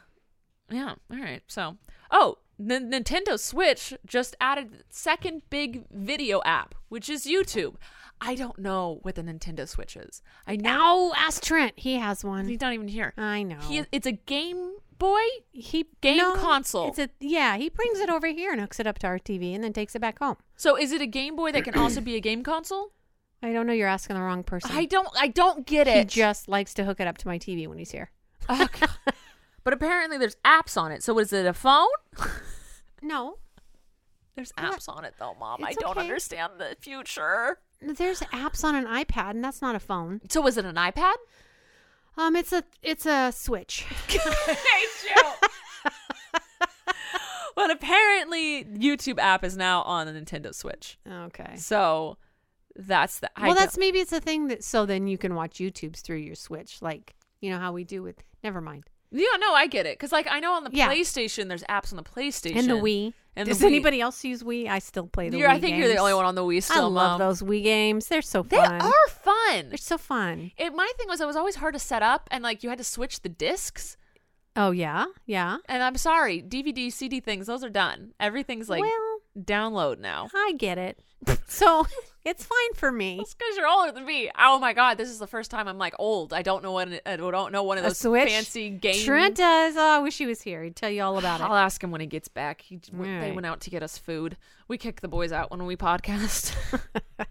Speaker 2: yeah, all right. So, oh, the Nintendo Switch just added the second big video app, which is YouTube. I don't know what the Nintendo Switch is. I know
Speaker 3: Now ask Trent. He has one.
Speaker 2: he's not even here.
Speaker 3: I know.
Speaker 2: He it's a Game Boy.
Speaker 3: he
Speaker 2: Game console.
Speaker 3: It's a yeah. He brings it over here and hooks it up to our TV and then takes it back home.
Speaker 2: So is it a Game Boy that can also be a game console?
Speaker 3: I don't know. You're asking the wrong <clears throat> person.
Speaker 2: I don't I don't get it. <laughs>
Speaker 3: He just likes to hook it up to my TV when he's here.
Speaker 2: Oh, God. but apparently there's apps on it. So is it a phone?
Speaker 3: No,
Speaker 2: There's apps on it though, mom. I
Speaker 3: It's
Speaker 2: don't
Speaker 3: okay.
Speaker 2: understand the future.
Speaker 3: there's apps on an iPad, and that's not a phone.
Speaker 2: So is it an iPad?
Speaker 3: Um, it's a it's a Switch.
Speaker 2: <laughs> But apparently, YouTube app is now on the Nintendo Switch.
Speaker 3: Okay.
Speaker 2: So that's the. I
Speaker 3: well,
Speaker 2: don't-
Speaker 3: that's maybe it's a thing that so then you can watch YouTube's through your Switch, like you know how we do with. Never mind.
Speaker 2: yeah. No, I get it because like I know on the
Speaker 3: Yeah.
Speaker 2: PlayStation there's apps on the PlayStation
Speaker 3: And the Wii.
Speaker 2: And the
Speaker 3: Does
Speaker 2: Wii.
Speaker 3: anybody else use Wii? I still play the
Speaker 2: You're,
Speaker 3: Wii.
Speaker 2: I think you're the
Speaker 3: games.
Speaker 2: only one on the Wii still.
Speaker 3: I
Speaker 2: Mom.
Speaker 3: love those Wii games. They're so
Speaker 2: They
Speaker 3: fun.
Speaker 2: are fun.
Speaker 3: They're so fun.
Speaker 2: It, my thing was it was always hard to set up and like you had to switch the discs.
Speaker 3: Oh yeah, yeah.
Speaker 2: And I'm sorry, DVD, CD things, those are done. Everything's like
Speaker 3: well,
Speaker 2: download now.
Speaker 3: I get <laughs> it. so it's fine for me.
Speaker 2: It's because you're older than me. Oh my god, this is the first time I'm like old. I don't know what an- I don't know one of
Speaker 3: A
Speaker 2: those
Speaker 3: Switch?
Speaker 2: fancy games.
Speaker 3: Trent does. Oh, I wish he was here. He'd tell you all
Speaker 2: <laughs>
Speaker 3: about
Speaker 2: I'll
Speaker 3: it.
Speaker 2: ask him when he gets back. He, j- went- They
Speaker 3: Alright.
Speaker 2: went out to get us food. We kick the boys out when we podcast. <laughs>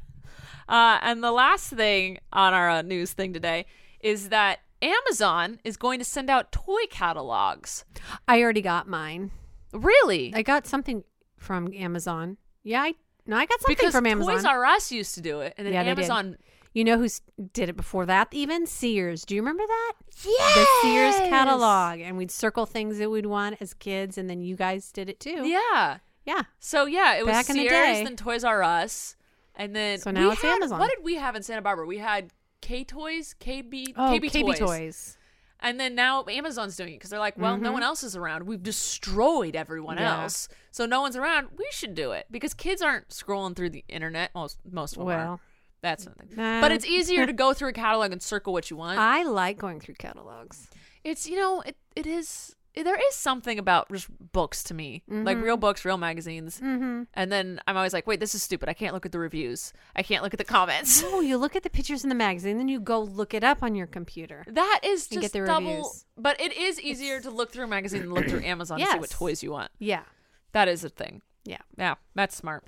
Speaker 2: uh, and the last thing on our uh, news thing today is that Amazon is going to send out toy catalogs.
Speaker 3: I already got mine.
Speaker 2: Really?
Speaker 3: I got something from Amazon. Yeah, I no, I got something
Speaker 2: because
Speaker 3: from Amazon.
Speaker 2: Toys R Us used to do it, and then
Speaker 3: Yeah, they did.
Speaker 2: Amazon.
Speaker 3: you know who's did it before that? Even Sears. Do you remember that?
Speaker 2: Yes!
Speaker 3: The Sears catalog, and we'd circle things that we'd want as kids, and then you guys did it too.
Speaker 2: Yeah.
Speaker 3: yeah.
Speaker 2: So yeah, it was
Speaker 3: Back in the
Speaker 2: Sears,
Speaker 3: day.
Speaker 2: then Toys R Us, and then
Speaker 3: So now
Speaker 2: we
Speaker 3: it's
Speaker 2: had-
Speaker 3: Amazon.
Speaker 2: What did we have in Santa Barbara? We had K Toys, KB,
Speaker 3: Oh,
Speaker 2: KB, Toys.
Speaker 3: Toys. Mm-hmm.
Speaker 2: and then now Amazon's doing it because they're like, well, no one else is around. We've destroyed everyone
Speaker 3: Yeah.
Speaker 2: else, so no one's around. We should do it because kids aren't scrolling through the internet. Most most of them are.
Speaker 3: Well, uh,
Speaker 2: That's something.
Speaker 3: nah.
Speaker 2: but it's easier to go through a catalog and circle what you want.
Speaker 3: I like going through catalogs.
Speaker 2: it's you know it it is there is something about just books to me like real books real magazines
Speaker 3: Mm-hmm.
Speaker 2: And then I'm always like, wait, this is stupid. I can't look at the reviews. I can't look at the
Speaker 3: <laughs>
Speaker 2: comments.
Speaker 3: Oh, you look at the pictures in the magazine, then you go look it up on your computer.
Speaker 2: That is
Speaker 3: And
Speaker 2: just
Speaker 3: get the
Speaker 2: double.
Speaker 3: reviews.
Speaker 2: But it is easier to look through a magazine than
Speaker 3: <clears throat>
Speaker 2: look through Amazon to see what
Speaker 3: Yes.
Speaker 2: toys you want.
Speaker 3: Yeah,
Speaker 2: That is a thing.
Speaker 3: yeah.
Speaker 2: Yeah, that's smart.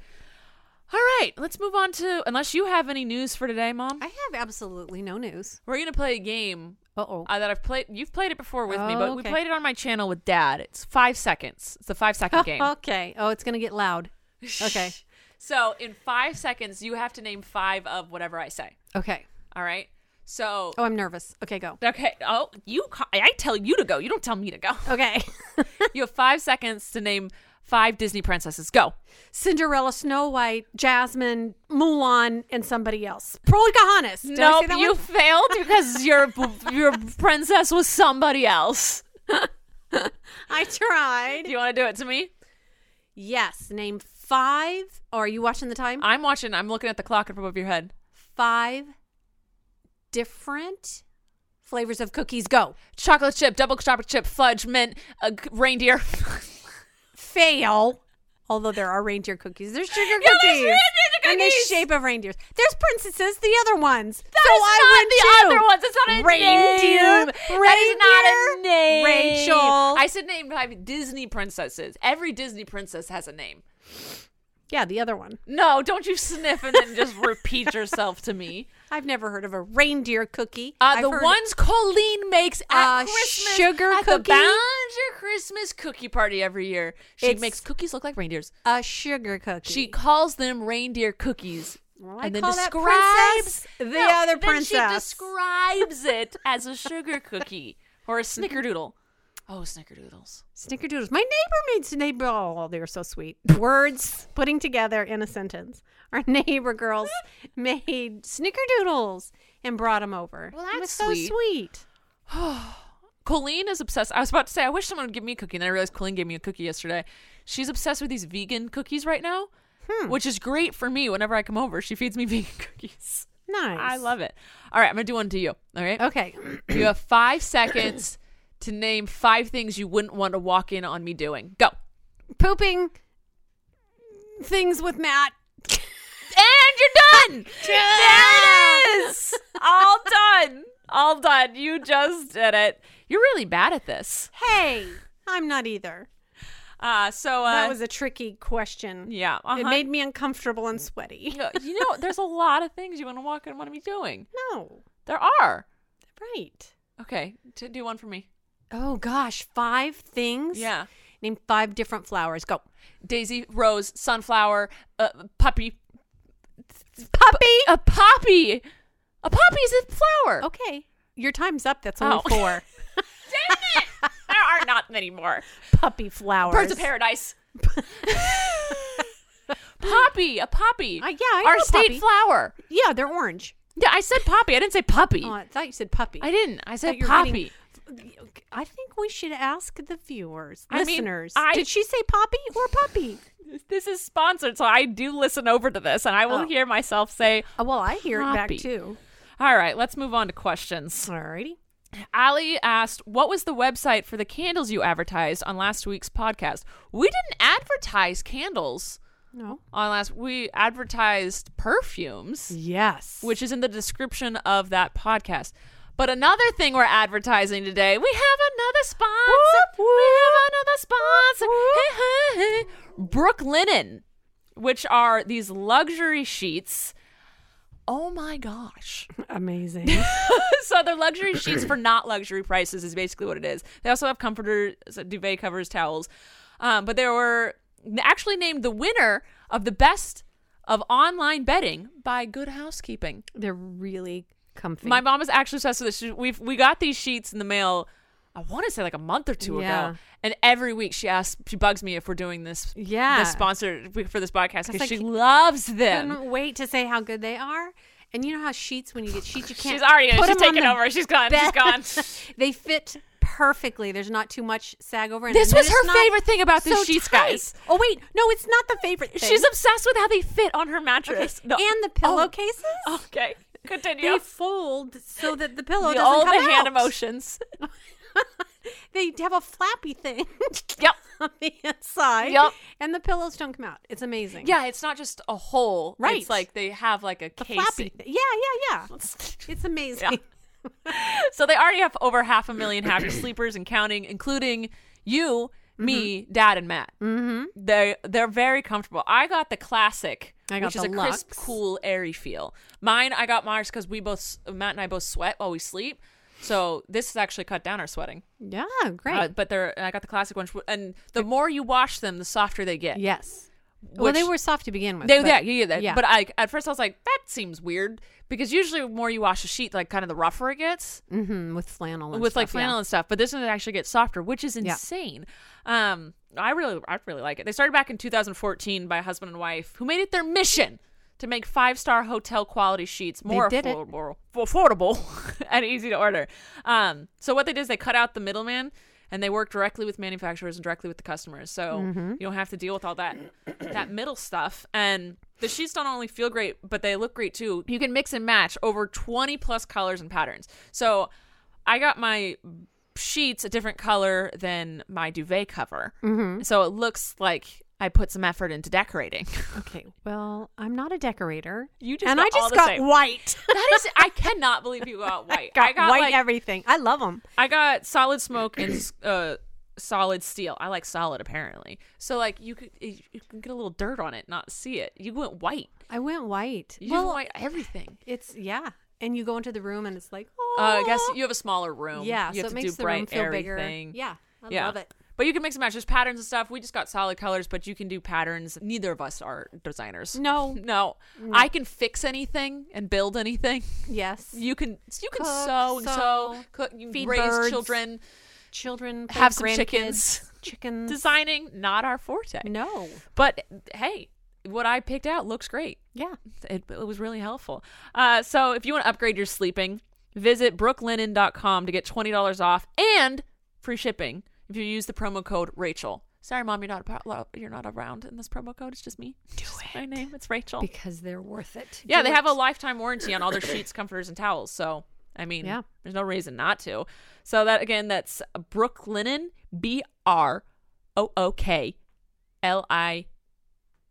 Speaker 2: All right, let's move on to unless you have any news for today, Mom.
Speaker 3: I have absolutely no news.
Speaker 2: We're gonna play a game
Speaker 3: Uh oh.
Speaker 2: uh, that I've played. You've played it before with me, but we
Speaker 3: Okay.
Speaker 2: played it on my channel with Dad. It's five seconds. It's a five
Speaker 3: <laughs>
Speaker 2: second Uh, game.
Speaker 3: okay. Oh, it's gonna get loud. Okay.
Speaker 2: <laughs> So in five seconds, you have to name five of whatever I say.
Speaker 3: okay.
Speaker 2: All right. So
Speaker 3: Oh, I'm nervous. Okay, go.
Speaker 2: Okay. Oh, you. ca- I tell you to go. You don't tell me to
Speaker 3: <laughs>
Speaker 2: go.
Speaker 3: Okay.
Speaker 2: You have five seconds to name five Disney princesses. Go.
Speaker 3: Cinderella, Snow White, Jasmine, Mulan, and somebody else. Pocahontas. Did I
Speaker 2: no,
Speaker 3: say that
Speaker 2: you
Speaker 3: one? <laughs>
Speaker 2: failed because your your princess was somebody else.
Speaker 3: I tried.
Speaker 2: Do you want to do it to me?
Speaker 3: Yes. Name five. Or are you watching the time?
Speaker 2: I'm watching. I'm looking at the clock up above your head.
Speaker 3: Five different flavors of cookies. Go.
Speaker 2: Chocolate chip, double chocolate chip, fudge, mint, uh, g- reindeer.
Speaker 3: Fail. Although there are reindeer cookies, there's sugar
Speaker 2: Yeah,
Speaker 3: cookies.
Speaker 2: there's reindeer
Speaker 3: And the
Speaker 2: cookies.
Speaker 3: shape of reindeers. There's princesses, the other ones.
Speaker 2: That
Speaker 3: so
Speaker 2: is
Speaker 3: I
Speaker 2: not the other
Speaker 3: win too.
Speaker 2: ones. It's not a
Speaker 3: reindeer
Speaker 2: name. that is not a name.
Speaker 3: Reindeer? Rachel.
Speaker 2: I said name five Disney princesses. Every Disney princess has a name.
Speaker 3: Yeah, the other one.
Speaker 2: No, don't you sniff and then just
Speaker 3: <laughs>
Speaker 2: repeat yourself to me.
Speaker 3: I've never heard of a reindeer cookie.
Speaker 2: Uh,
Speaker 3: I've
Speaker 2: the
Speaker 3: heard-
Speaker 2: ones Colleen makes at
Speaker 3: Uh,
Speaker 2: Christmas,
Speaker 3: sugar
Speaker 2: at the
Speaker 3: cookie?
Speaker 2: Ballinger Christmas cookie party every year. She
Speaker 3: It's-
Speaker 2: makes cookies look like reindeers.
Speaker 3: a sugar cookie.
Speaker 2: She calls them reindeer cookies.
Speaker 3: Well, I
Speaker 2: and then
Speaker 3: call that
Speaker 2: describes
Speaker 3: princess the other
Speaker 2: then She
Speaker 3: princess.
Speaker 2: describes it as a sugar cookie or a snickerdoodle. Oh, snickerdoodles.
Speaker 3: Snickerdoodles. My neighbor made snicker. Oh, they were so sweet. Words putting together in a sentence. Our neighbor
Speaker 2: <laughs>
Speaker 3: girls made snickerdoodles and brought them over.
Speaker 2: Well,
Speaker 3: it was
Speaker 2: that's
Speaker 3: so
Speaker 2: sweet.
Speaker 3: sweet.
Speaker 2: Colleen is obsessed. I was about to say, I wish someone would give me a cookie, and then I realized Colleen gave me a cookie yesterday. She's obsessed with these vegan cookies right now,
Speaker 3: Hmm.
Speaker 2: which is great for me whenever I come over. She feeds me <laughs> vegan cookies.
Speaker 3: Nice.
Speaker 2: I love it. All right, I'm going to do one to you. All right.
Speaker 3: Okay.
Speaker 2: You have five seconds to name five things you wouldn't want to walk in on me doing. Go.
Speaker 3: Pooping things with Matt.
Speaker 2: And <laughs> you're done. There it is. All done. All done. You just did it. You're really bad at this.
Speaker 3: Hey, I'm not either.
Speaker 2: Uh, so uh,
Speaker 3: That was a tricky question.
Speaker 2: yeah.
Speaker 3: It
Speaker 2: uh-huh.
Speaker 3: made me uncomfortable and sweaty.
Speaker 2: you know, you know, there's a lot of things you want to walk in want to be doing.
Speaker 3: No.
Speaker 2: There are.
Speaker 3: Right.
Speaker 2: Okay, to do one for me.
Speaker 3: Oh gosh, five things.
Speaker 2: Yeah.
Speaker 3: Name five different flowers. Go.
Speaker 2: Daisy, rose, sunflower, uh, puppy,
Speaker 3: Puppy.
Speaker 2: a poppy. A poppy is a flower.
Speaker 3: Okay. Your time's up. That's only
Speaker 2: Er. Oh. <laughs>
Speaker 3: four.
Speaker 2: There are not many more.
Speaker 3: Puppy flowers.
Speaker 2: Birds of paradise. <laughs> poppy, a poppy.
Speaker 3: Uh, yeah, I
Speaker 2: our
Speaker 3: know
Speaker 2: state
Speaker 3: poppy.
Speaker 2: flower.
Speaker 3: <laughs> Yeah, they're orange.
Speaker 2: Yeah, I said poppy. I didn't say puppy.
Speaker 3: Oh, I thought you said puppy.
Speaker 2: I didn't. I
Speaker 3: Thought
Speaker 2: said
Speaker 3: you were
Speaker 2: poppy.
Speaker 3: reading- I think we should ask the viewers,
Speaker 2: I mean,
Speaker 3: listeners.
Speaker 2: I-
Speaker 3: Did she say poppy or puppy?
Speaker 2: This is sponsored, so I do listen over to this, and I will
Speaker 3: Oh.
Speaker 2: hear myself say,
Speaker 3: Uh, well, I hear it back
Speaker 2: Poppy.
Speaker 3: too.
Speaker 2: "All right, let's move on to questions."
Speaker 3: Alrighty.
Speaker 2: Ali asked, "What was the website for the candles you advertised on last week's podcast?" We didn't advertise candles
Speaker 3: No.
Speaker 2: on last. We advertised perfumes,
Speaker 3: Yes.
Speaker 2: <laughs> which is in the description of that podcast. But another thing we're advertising today, we have another sponsor. We have another sponsor. Hey, hey, hey. Brook Linen, which are these luxury sheets. Oh my gosh. <laughs>
Speaker 3: amazing.
Speaker 2: So they're luxury sheets for not luxury prices is basically what it is. They also have comforters, duvet covers, towels. Um, but they were actually named the winner of the best of online bedding by Good Housekeeping.
Speaker 3: <laughs> they're really comfy.
Speaker 2: My mom is actually obsessed with this. She- We've we got these sheets in the mail. I want to say like a month or two
Speaker 3: Yeah.
Speaker 2: ago, and every week she asks, she bugs me if we're doing this,
Speaker 3: Yeah.
Speaker 2: this sponsor for this podcast because
Speaker 3: like-
Speaker 2: she loves them.
Speaker 3: couldn't wait to say how good they are. And you know how sheets when you get sheets you can't.
Speaker 2: She's already
Speaker 3: put
Speaker 2: she's
Speaker 3: 'em on
Speaker 2: taken
Speaker 3: the
Speaker 2: over. She's gone. She's
Speaker 3: bed.
Speaker 2: gone.
Speaker 3: <laughs> they fit perfectly. There's not too much sag over. And
Speaker 2: This
Speaker 3: then
Speaker 2: was
Speaker 3: it's
Speaker 2: her
Speaker 3: not
Speaker 2: favorite thing about these
Speaker 3: so
Speaker 2: sheets,
Speaker 3: tight.
Speaker 2: guys.
Speaker 3: Oh wait, no, it's not the favorite thing.
Speaker 2: She's obsessed with how they fit on her
Speaker 3: Okay.
Speaker 2: mattress. No.
Speaker 3: and the
Speaker 2: Oh.
Speaker 3: pillowcases.
Speaker 2: Okay, continue.
Speaker 3: They fold so that the pillow
Speaker 2: The-
Speaker 3: doesn't
Speaker 2: all
Speaker 3: come
Speaker 2: the hand
Speaker 3: out.
Speaker 2: emotions.
Speaker 3: <laughs> They have a flappy thing
Speaker 2: Yep.
Speaker 3: <laughs> on the inside,
Speaker 2: Yep.
Speaker 3: and the pillows don't come out. It's amazing.
Speaker 2: Yeah, it's not just a hole.
Speaker 3: Right.
Speaker 2: It's like they have like a
Speaker 3: the
Speaker 2: casing.
Speaker 3: flappy. Thing. Yeah, yeah, yeah. <laughs> It's amazing.
Speaker 2: So they already have over half a million
Speaker 3: <clears throat>
Speaker 2: happy sleepers and counting, including you,
Speaker 3: Mm-hmm.
Speaker 2: me, Dad, and Matt. Mm-hmm. They they're very comfortable. I got the classic,
Speaker 3: I got
Speaker 2: which is
Speaker 3: the
Speaker 2: a crisp,
Speaker 3: Luxe.
Speaker 2: cool, airy feel. Mine, I got Mars because we both Matt and I both sweat while we sleep. So this has actually cut down our sweating.
Speaker 3: Yeah, great.
Speaker 2: Uh, but they're and I got the classic ones, and the more you wash them, the softer they get.
Speaker 3: yes. well, they
Speaker 2: which-
Speaker 3: were soft to begin with.
Speaker 2: They,
Speaker 3: but-
Speaker 2: yeah, yeah, yeah, that-
Speaker 3: yeah.
Speaker 2: But I, at first, I was like, that seems weird because usually, the more you wash a sheet, like kind of the rougher it gets
Speaker 3: Mhm, with flannel. And
Speaker 2: with like
Speaker 3: stuff, yeah.
Speaker 2: flannel and stuff. But this one actually gets softer, which is
Speaker 3: Yeah.
Speaker 2: insane. Um, I really, I really like it. They started back in 2014 by a husband and wife who made it their mission to make five star hotel quality sheets more
Speaker 3: did it.
Speaker 2: affordable, <laughs> affordable and easy to order. Um, so what they did is they cut out the middleman. And they work directly with manufacturers and directly with the customers, so
Speaker 3: Mm-hmm.
Speaker 2: you don't have to deal with all that <coughs> that middle stuff. And the sheets don't only feel great, but they look great too. You can mix and match over twenty plus colors and patterns. So I got my Mm-hmm. sheets a different color than my duvet cover. So it looks like I put some effort into decorating.
Speaker 3: Okay. Well, I'm not a decorator.
Speaker 2: You just
Speaker 3: and
Speaker 2: got
Speaker 3: I
Speaker 2: all
Speaker 3: just
Speaker 2: the
Speaker 3: got
Speaker 2: same.
Speaker 3: white.
Speaker 2: <laughs> that is, <laughs> I cannot believe you got
Speaker 3: <laughs>
Speaker 2: white.
Speaker 3: got,
Speaker 2: I got
Speaker 3: white
Speaker 2: like,
Speaker 3: everything. I love them.
Speaker 2: I got solid smoke and uh, solid steel. I like solid apparently. So like you could eh, you can get a little dirt on it, not see it. You went white.
Speaker 3: I went white.
Speaker 2: You
Speaker 3: well,
Speaker 2: just white everything.
Speaker 3: it's yeah. And you go into the room and it's like,
Speaker 2: Uh, I guess
Speaker 3: "Aw."
Speaker 2: you have a smaller room.
Speaker 3: yeah.
Speaker 2: you have
Speaker 3: so it
Speaker 2: to
Speaker 3: makes
Speaker 2: do
Speaker 3: the
Speaker 2: bright
Speaker 3: room feel
Speaker 2: everything.
Speaker 3: bigger. Yeah, I love it.
Speaker 2: But you can mix and match. There's patterns and stuff. We just got solid colors, but you can do patterns. Neither of us are designers.
Speaker 3: No.
Speaker 2: <laughs> No. I can fix anything and build anything.
Speaker 3: Yes.
Speaker 2: You can you can
Speaker 3: Cook,
Speaker 2: sew and sew,
Speaker 3: sew,
Speaker 2: cook, you
Speaker 3: feed
Speaker 2: raise
Speaker 3: birds,
Speaker 2: children,
Speaker 3: Children play
Speaker 2: have some
Speaker 3: grandkids,
Speaker 2: chickens.
Speaker 3: Chickens.
Speaker 2: Designing not our forte.
Speaker 3: no.
Speaker 2: But hey, what I picked out looks great.
Speaker 3: Yeah.
Speaker 2: It, it was really helpful. Uh, so if you want to upgrade your sleeping, visit brooklinen.com to get $20 off and free shipping if you use the promo code Rachel. Sorry, mom, you're not about, you're not around in this promo code. It's just me. Do it. My name. It's Rachel.
Speaker 3: Because they're worth it.
Speaker 2: yeah, they have a
Speaker 3: lot.
Speaker 2: lifetime warranty on all <coughs> their sheets, comforters, and towels. So I mean,
Speaker 3: Yeah.
Speaker 2: there's no reason not to. So that again, that's Brooklinen, B R O O K L I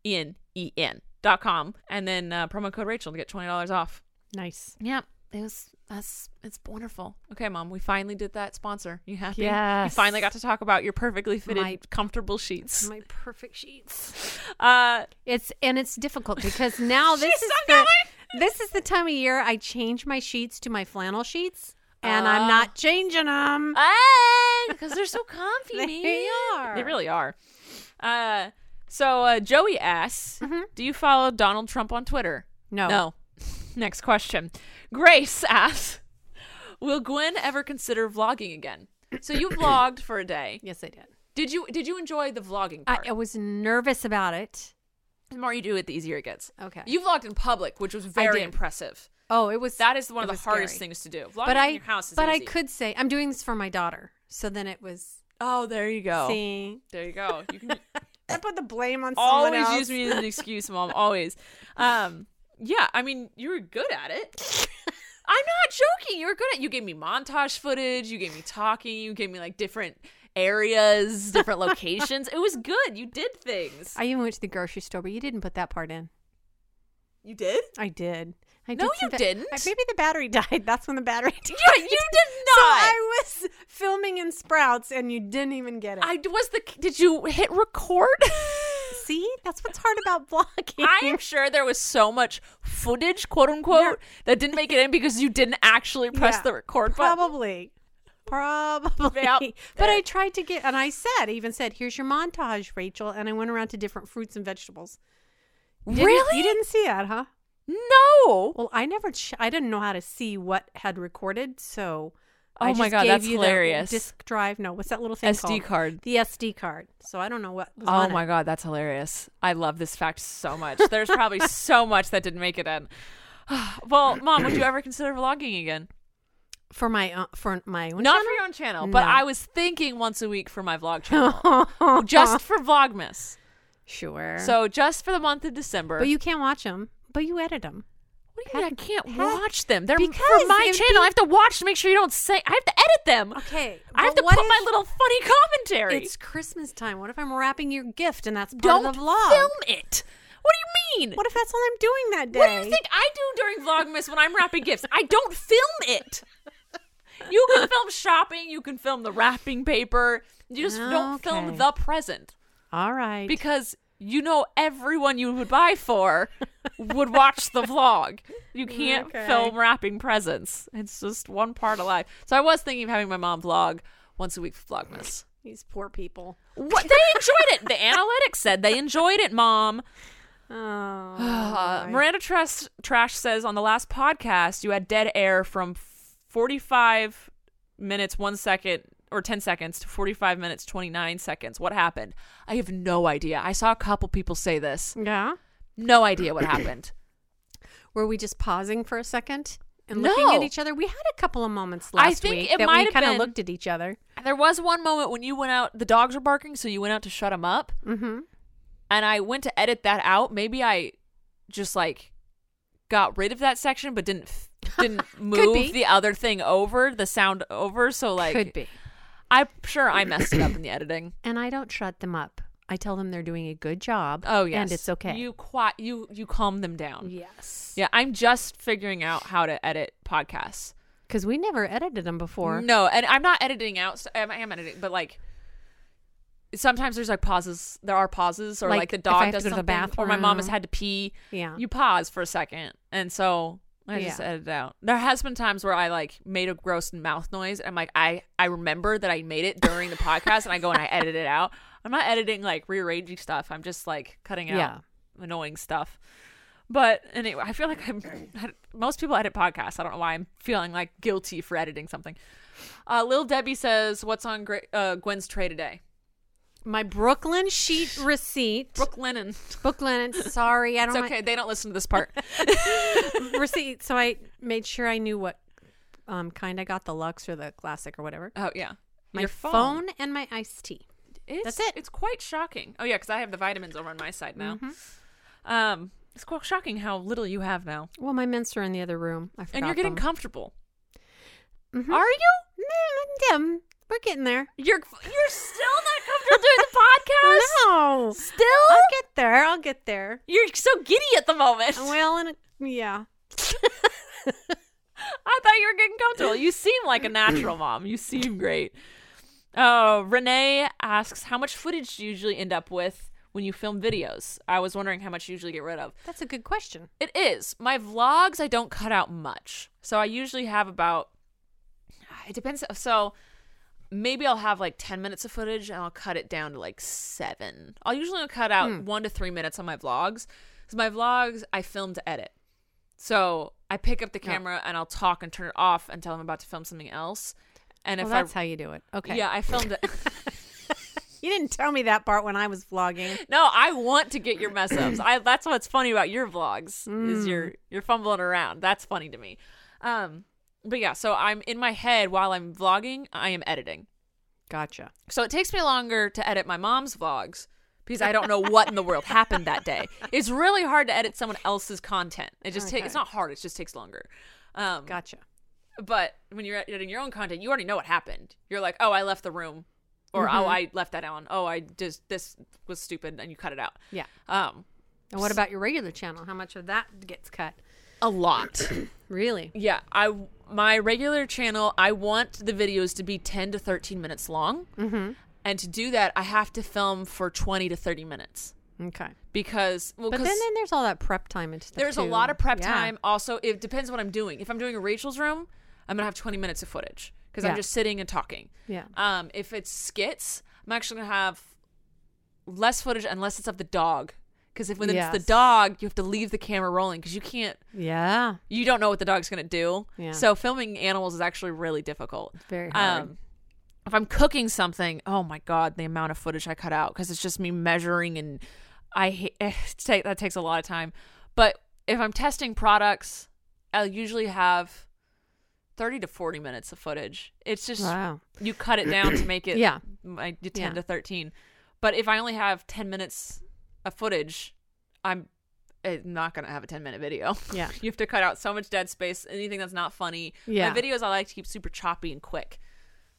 Speaker 2: N E N dot com, and then uh, promo code Rachel to get twenty dollars off.
Speaker 3: Nice.
Speaker 2: Yeah, it was that's it's wonderful. Okay, mom, we finally did that sponsor. You happy? You
Speaker 3: Yes.
Speaker 2: finally got to talk about your perfectly fitted,
Speaker 3: My-
Speaker 2: comfortable sheets.
Speaker 3: My perfect sheets.
Speaker 2: Uh,
Speaker 3: It's and it's difficult <laughs> because now this
Speaker 2: She's
Speaker 3: is
Speaker 2: so
Speaker 3: the
Speaker 2: going.
Speaker 3: this is the time of year I change my sheets to my flannel sheets, and I'm
Speaker 2: Oh.
Speaker 3: not changing them.
Speaker 2: <laughs> because they're so comfy. <laughs>
Speaker 3: They
Speaker 2: man.
Speaker 3: are.
Speaker 2: They really are. Uh, so uh, Joey asks, "Do you follow Donald Trump on Twitter?"
Speaker 3: No.
Speaker 2: Mm-hmm. No. <laughs> Next question. Grace <laughs> asks, "Will Gwen ever consider vlogging again?" So <coughs> you vlogged for a day.
Speaker 3: Yes, I did.
Speaker 2: Did you Did you enjoy the vlogging
Speaker 3: I,
Speaker 2: part?
Speaker 3: I was nervous about it.
Speaker 2: the more you do it, the easier it gets.
Speaker 3: Okay.
Speaker 2: You vlogged in public, which was very
Speaker 3: did.
Speaker 2: impressive.
Speaker 3: Oh, it was
Speaker 2: That is one
Speaker 3: it
Speaker 2: of the
Speaker 3: was
Speaker 2: hardest
Speaker 3: scary.
Speaker 2: things to do. Vlogging
Speaker 3: But
Speaker 2: in
Speaker 3: I
Speaker 2: your house is
Speaker 3: but I
Speaker 2: easy.
Speaker 3: could say I'm doing this for my daughter. So then it was
Speaker 2: Oh, there you go.
Speaker 3: seeing.
Speaker 2: There you go. You <laughs> can
Speaker 3: I put the blame on someone
Speaker 2: always
Speaker 3: else.
Speaker 2: use me as an excuse, mom. Always. Um, yeah, I mean, you were good at it.
Speaker 3: <laughs>
Speaker 2: I'm not joking. You were good at. You gave me montage footage. You gave me talking. You gave me like different areas, different locations. It was good. You did things.
Speaker 3: I even went to the grocery store, but you didn't put that part in.
Speaker 2: you did.
Speaker 3: I did. I
Speaker 2: No,
Speaker 3: see
Speaker 2: you didn't.
Speaker 3: I- Maybe the battery <laughs> died. That's when the battery <laughs> died.
Speaker 2: Yeah, you did
Speaker 3: So
Speaker 2: not.
Speaker 3: I was filming in Sprouts and you didn't even get it.
Speaker 2: I was the. Did you hit record?
Speaker 3: <laughs> See, that's what's hard about vlogging.
Speaker 2: I am sure there was so much footage, quote unquote, that didn't make it in because you didn't actually press
Speaker 3: Yeah,
Speaker 2: the record button.
Speaker 3: probably, probably.
Speaker 2: Yep.
Speaker 3: But I tried to get, and I said, I even said, "Here's your montage, Rachel." And I went around to different fruits and vegetables. You didn't-
Speaker 2: Really?
Speaker 3: You didn't see that, huh?
Speaker 2: No.
Speaker 3: Well, I never. Ch- I didn't know how to see what had recorded, so.
Speaker 2: Oh
Speaker 3: I
Speaker 2: my
Speaker 3: just
Speaker 2: God,
Speaker 3: gave
Speaker 2: that's
Speaker 3: you
Speaker 2: hilarious.
Speaker 3: The disk drive. No, what's that little thing
Speaker 2: SD
Speaker 3: called?
Speaker 2: card.
Speaker 3: The SD card. So I don't know what. Was
Speaker 2: Oh
Speaker 3: on
Speaker 2: my
Speaker 3: it.
Speaker 2: god, that's hilarious. I love this fact so much. There's probably so <laughs> much that didn't make it in. <sighs> well, mom, would you ever consider vlogging again?
Speaker 3: For my uh, for my own
Speaker 2: Not for your own channel, but
Speaker 3: No.
Speaker 2: I was thinking once a week for my
Speaker 3: <laughs>
Speaker 2: vlog channel. just for Vlogmas.
Speaker 3: sure.
Speaker 2: So just for the month of December.
Speaker 3: but you can't watch them. But you edit them.
Speaker 2: what do you mean I can't
Speaker 3: Heck,
Speaker 2: watch them? They're for
Speaker 3: because
Speaker 2: my
Speaker 3: it'd
Speaker 2: channel. I have to watch to make sure you don't say I have to edit them.
Speaker 3: Okay,
Speaker 2: I have
Speaker 3: but
Speaker 2: to
Speaker 3: what
Speaker 2: put my
Speaker 3: if-
Speaker 2: little funny commentary.
Speaker 3: It's Christmas time. What if I'm wrapping your gift and that's part
Speaker 2: don't
Speaker 3: of the vlog?
Speaker 2: film it. What do you mean?
Speaker 3: What if that's all I'm doing that day?
Speaker 2: What do you think I do during Vlogmas when I'm wrapping gifts? I don't film it. You can film shopping, you can film the wrapping paper. You just don't film
Speaker 3: Okay.
Speaker 2: the present
Speaker 3: All right.
Speaker 2: because you know everyone you would buy for would watch the vlog. You can't
Speaker 3: Okay.
Speaker 2: film wrapping presents. It's just one part of life. So I was thinking of having my mom vlog once a week for Vlogmas.
Speaker 3: These poor people.
Speaker 2: What they enjoyed it. The analytics said they enjoyed it, mom.
Speaker 3: Oh.
Speaker 2: <sighs> Uh,
Speaker 3: my.
Speaker 2: Miranda Trash, Trash says on the last podcast you had dead air from 45 minutes 1 second or 10 seconds to 45 minutes 29 seconds. What happened? I have no idea. I saw a couple people say this.
Speaker 3: yeah.
Speaker 2: No idea what <coughs> happened.
Speaker 3: Were we just pausing for a second and looking at
Speaker 2: No.
Speaker 3: each other? We had a couple of moments last
Speaker 2: I think
Speaker 3: week
Speaker 2: it
Speaker 3: that
Speaker 2: might
Speaker 3: we
Speaker 2: have
Speaker 3: kind
Speaker 2: been-
Speaker 3: of looked at each other.
Speaker 2: There was one moment when you went out the dogs were barking so you went out to shut them up
Speaker 3: Mm-hmm.
Speaker 2: and I went to edit that out. Maybe I just like got rid of that section but didn't f- <laughs> didn't
Speaker 3: be.
Speaker 2: move the other thing over, the sound over, so like
Speaker 3: Could be.
Speaker 2: I'm sure I messed it up in the editing.
Speaker 3: And I don't shut them up. I tell them they're doing a good job.
Speaker 2: Oh yes,
Speaker 3: and it's okay.
Speaker 2: You qui- you you calm them down.
Speaker 3: yes,
Speaker 2: Yeah, I'm just figuring out how to edit podcasts.
Speaker 3: because we never edited them before.
Speaker 2: No, and I'm not editing out. st- um, I am editing, but like sometimes there's like pauses. There are pauses, or like,
Speaker 3: Like,
Speaker 2: the
Speaker 3: if I
Speaker 2: dog
Speaker 3: have
Speaker 2: does
Speaker 3: to go to the
Speaker 2: something, or my mom has
Speaker 3: bathroom.
Speaker 2: had to pee.
Speaker 3: Yeah,
Speaker 2: You pause for a second, and so I just
Speaker 3: Yeah.
Speaker 2: edit it out. There has been times where I like made a gross mouth noise, and like I I remember that I made it during the podcast, and I go and I edit it out. I'm not editing like rearranging stuff. I'm just like cutting out
Speaker 3: Yeah.
Speaker 2: annoying stuff. But anyway, I feel like I'm. Most people edit podcasts. I don't know why I'm feeling like guilty for editing something. Uh, Lil Debbie says, "What's on Gra- uh, Gwen's tray today?"
Speaker 3: my Brooklyn sheet receipt.
Speaker 2: Brooklyn and
Speaker 3: Brooklyn, sorry, I
Speaker 2: it's
Speaker 3: don't.
Speaker 2: okay. They don't listen to this <laughs> part.
Speaker 3: <laughs> receipt. So I made sure I knew what um, kind I got the Lux or the Classic or whatever.
Speaker 2: Oh yeah,
Speaker 3: My
Speaker 2: Your
Speaker 3: phone. and my iced tea.
Speaker 2: It's,
Speaker 3: That's it.
Speaker 2: It's quite shocking. Oh yeah, because I have the vitamins over on my side now. Um, it's quite shocking how little you have now,
Speaker 3: Well, my mints are in the other room. I forgot
Speaker 2: and you're getting
Speaker 3: them.
Speaker 2: comfortable.
Speaker 3: Mhm.
Speaker 2: Are you?
Speaker 3: Mm, them. We're getting there.
Speaker 2: You're you're still not comfortable doing <laughs> the podcast.
Speaker 3: No,
Speaker 2: Still,
Speaker 3: I'll get there. I'll get there.
Speaker 2: you're so giddy at the moment.
Speaker 3: Well, and it- yeah,
Speaker 2: I thought you were getting comfortable. You seem like a natural mom. You seem great. Uh, Renee asks, how much footage do you usually end up with when you film videos? I was wondering how much you usually get rid of.
Speaker 3: that's a good question.
Speaker 2: It is. My vlogs, I don't cut out much. So I usually have about, it depends. So maybe I'll have like 10 minutes of footage and I'll cut it down to like seven. I'll usually cut out
Speaker 3: Hmm.
Speaker 2: one to three minutes on my vlogs. Because my vlogs, I film to edit. So I pick up the camera and I'll talk and turn it off until I'm about to film something else. And
Speaker 3: Well,
Speaker 2: if
Speaker 3: that's
Speaker 2: I,
Speaker 3: how you do it. Okay.
Speaker 2: yeah, I filmed it.
Speaker 3: <laughs> You didn't tell me that part when I was vlogging.
Speaker 2: No, I want to get your mess ups. I that's what's funny about your vlogs is
Speaker 3: Mm.
Speaker 2: you're you're fumbling around. That's funny to me. Um, but yeah, so I'm in my head while I'm vlogging, I am editing.
Speaker 3: Gotcha.
Speaker 2: So it takes me longer to edit my mom's vlogs because I don't know what in the world happened that day. It's really hard to edit someone else's content. It just takes.
Speaker 3: Okay.
Speaker 2: It's not hard. It just takes longer. Um,
Speaker 3: Gotcha.
Speaker 2: but when you're editing your own content, you already know what happened. You're like, oh, I left the room, or oh,
Speaker 3: Mm-hmm.
Speaker 2: I left that on. Oh, I just this was stupid, and you cut it out.
Speaker 3: Yeah.
Speaker 2: Um,
Speaker 3: And what about your regular channel? How much of that gets cut?
Speaker 2: a lot. <clears throat>
Speaker 3: Really?
Speaker 2: yeah, I my regular channel, I want the videos to be 10 to 13 minutes long. Mm-hmm. And to do that, I have to film for 20 to 30 minutes
Speaker 3: Okay.
Speaker 2: because well,
Speaker 3: But
Speaker 2: 'cause
Speaker 3: then, then there's all that prep time and stuff.
Speaker 2: there's a
Speaker 3: too.
Speaker 2: lot of prep
Speaker 3: Yeah.
Speaker 2: time. Also, it depends what I'm doing. If I'm doing a Rachel's room, I'm gonna have 20 minutes of footage because I'm
Speaker 3: Yeah.
Speaker 2: just sitting and talking.
Speaker 3: Yeah.
Speaker 2: Um, if it's skits, I'm actually gonna have less footage unless it's of the dog. Because if when it's
Speaker 3: Yes.
Speaker 2: the dog, you have to leave the camera rolling because you can't
Speaker 3: Yeah.
Speaker 2: you don't know what the dog's gonna do.
Speaker 3: Yeah.
Speaker 2: So filming animals is actually really difficult. Um,
Speaker 3: Very hard.
Speaker 2: if I'm cooking something, oh my god, the amount of footage I cut out because it's just me measuring and I <laughs> hate take that takes a lot of time. But if I'm testing products, I'll usually have thirty to forty minutes of footage. It's just
Speaker 3: Wow.
Speaker 2: you cut it down to make it
Speaker 3: <clears throat> Yeah.
Speaker 2: my, ten
Speaker 3: Yeah.
Speaker 2: to thirteen. But if I only have ten minutes of footage, I'm eh, not gonna have a ten minute video.
Speaker 3: Yeah.
Speaker 2: <laughs> you have to cut out so much dead space. Anything that's not funny.
Speaker 3: Yeah.
Speaker 2: my videos I like to keep super choppy and quick.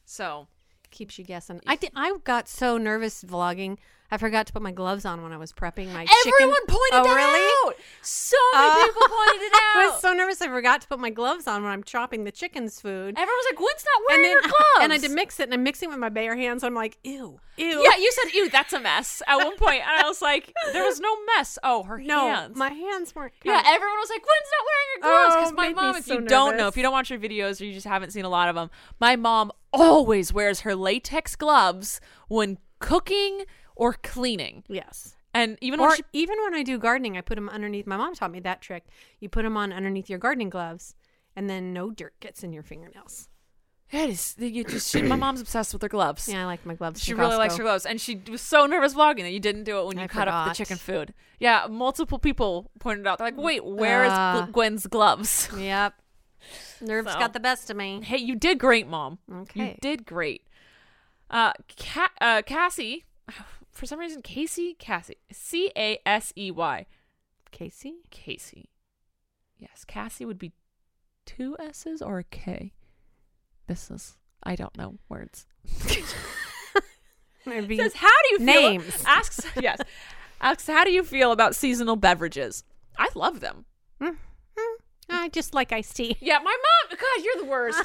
Speaker 2: So
Speaker 3: Keeps you guessing. I did, I got so nervous vlogging. I forgot to put my gloves on when I was prepping my chicken.
Speaker 2: everyone pointed
Speaker 3: Oh,
Speaker 2: that
Speaker 3: really?
Speaker 2: out. So many
Speaker 3: <laughs> Oh.
Speaker 2: people pointed it
Speaker 3: I
Speaker 2: out.
Speaker 3: was so nervous I forgot to put my gloves on when I'm chopping the chicken's food.
Speaker 2: Everyone was like, "Gwen's not wearing her gloves."
Speaker 3: <laughs> and I had to mix it, and I'm mixing with my bare hands. I'm like, ew, ew.
Speaker 2: Yeah, you said, "Ew, that's a mess." At one point, and I was like, "There was no mess." Oh, her
Speaker 3: <laughs> no,
Speaker 2: hands.
Speaker 3: my hands weren't.
Speaker 2: Yeah,
Speaker 3: cut.
Speaker 2: everyone was like, "Gwen's not wearing her gloves?" Because
Speaker 3: Oh,
Speaker 2: my
Speaker 3: made me
Speaker 2: mom, if
Speaker 3: so
Speaker 2: you don't know,
Speaker 3: nervous.
Speaker 2: if you don't watch her videos or you just haven't seen a lot of them, my mom always wears her latex gloves when cooking or cleaning,
Speaker 3: yes.
Speaker 2: and even
Speaker 3: Or
Speaker 2: when she.
Speaker 3: even when I do gardening, I put them underneath. My mom taught me that trick. You put them on underneath your gardening gloves, and then no dirt gets in your fingernails.
Speaker 2: It is, you just, she,
Speaker 3: <clears throat>
Speaker 2: my mom's obsessed with her gloves.
Speaker 3: Yeah, I like my gloves.
Speaker 2: She
Speaker 3: from
Speaker 2: really likes
Speaker 3: Costco.
Speaker 2: her gloves, and she was so nervous vlogging that you didn't do it when you
Speaker 3: I
Speaker 2: cut up the
Speaker 3: forgot.
Speaker 2: chicken food. Yeah, multiple people pointed out. They're like, "Wait, where is
Speaker 3: Uh.
Speaker 2: Gl- Gwen's gloves?"
Speaker 3: Yep. Nerves
Speaker 2: So.
Speaker 3: got the best of me.
Speaker 2: Hey, you did great, mom. You
Speaker 3: Okay.
Speaker 2: did great. Uh, Ca- uh Cassie, <sighs> for some reason, Casey, Cassie, C A S E Y,
Speaker 3: Casey? <laughs>
Speaker 2: Casey. Yes, Cassie would be two S's or a K. This is I don't know words.
Speaker 3: It'd be-
Speaker 2: says, "How do you feel?"
Speaker 3: Names.
Speaker 2: asks <laughs> yes, asks how do you feel about seasonal beverages? I love them.
Speaker 3: Mm-hmm. I just like iced tea.
Speaker 2: Yeah, my mom. God, you're the worst.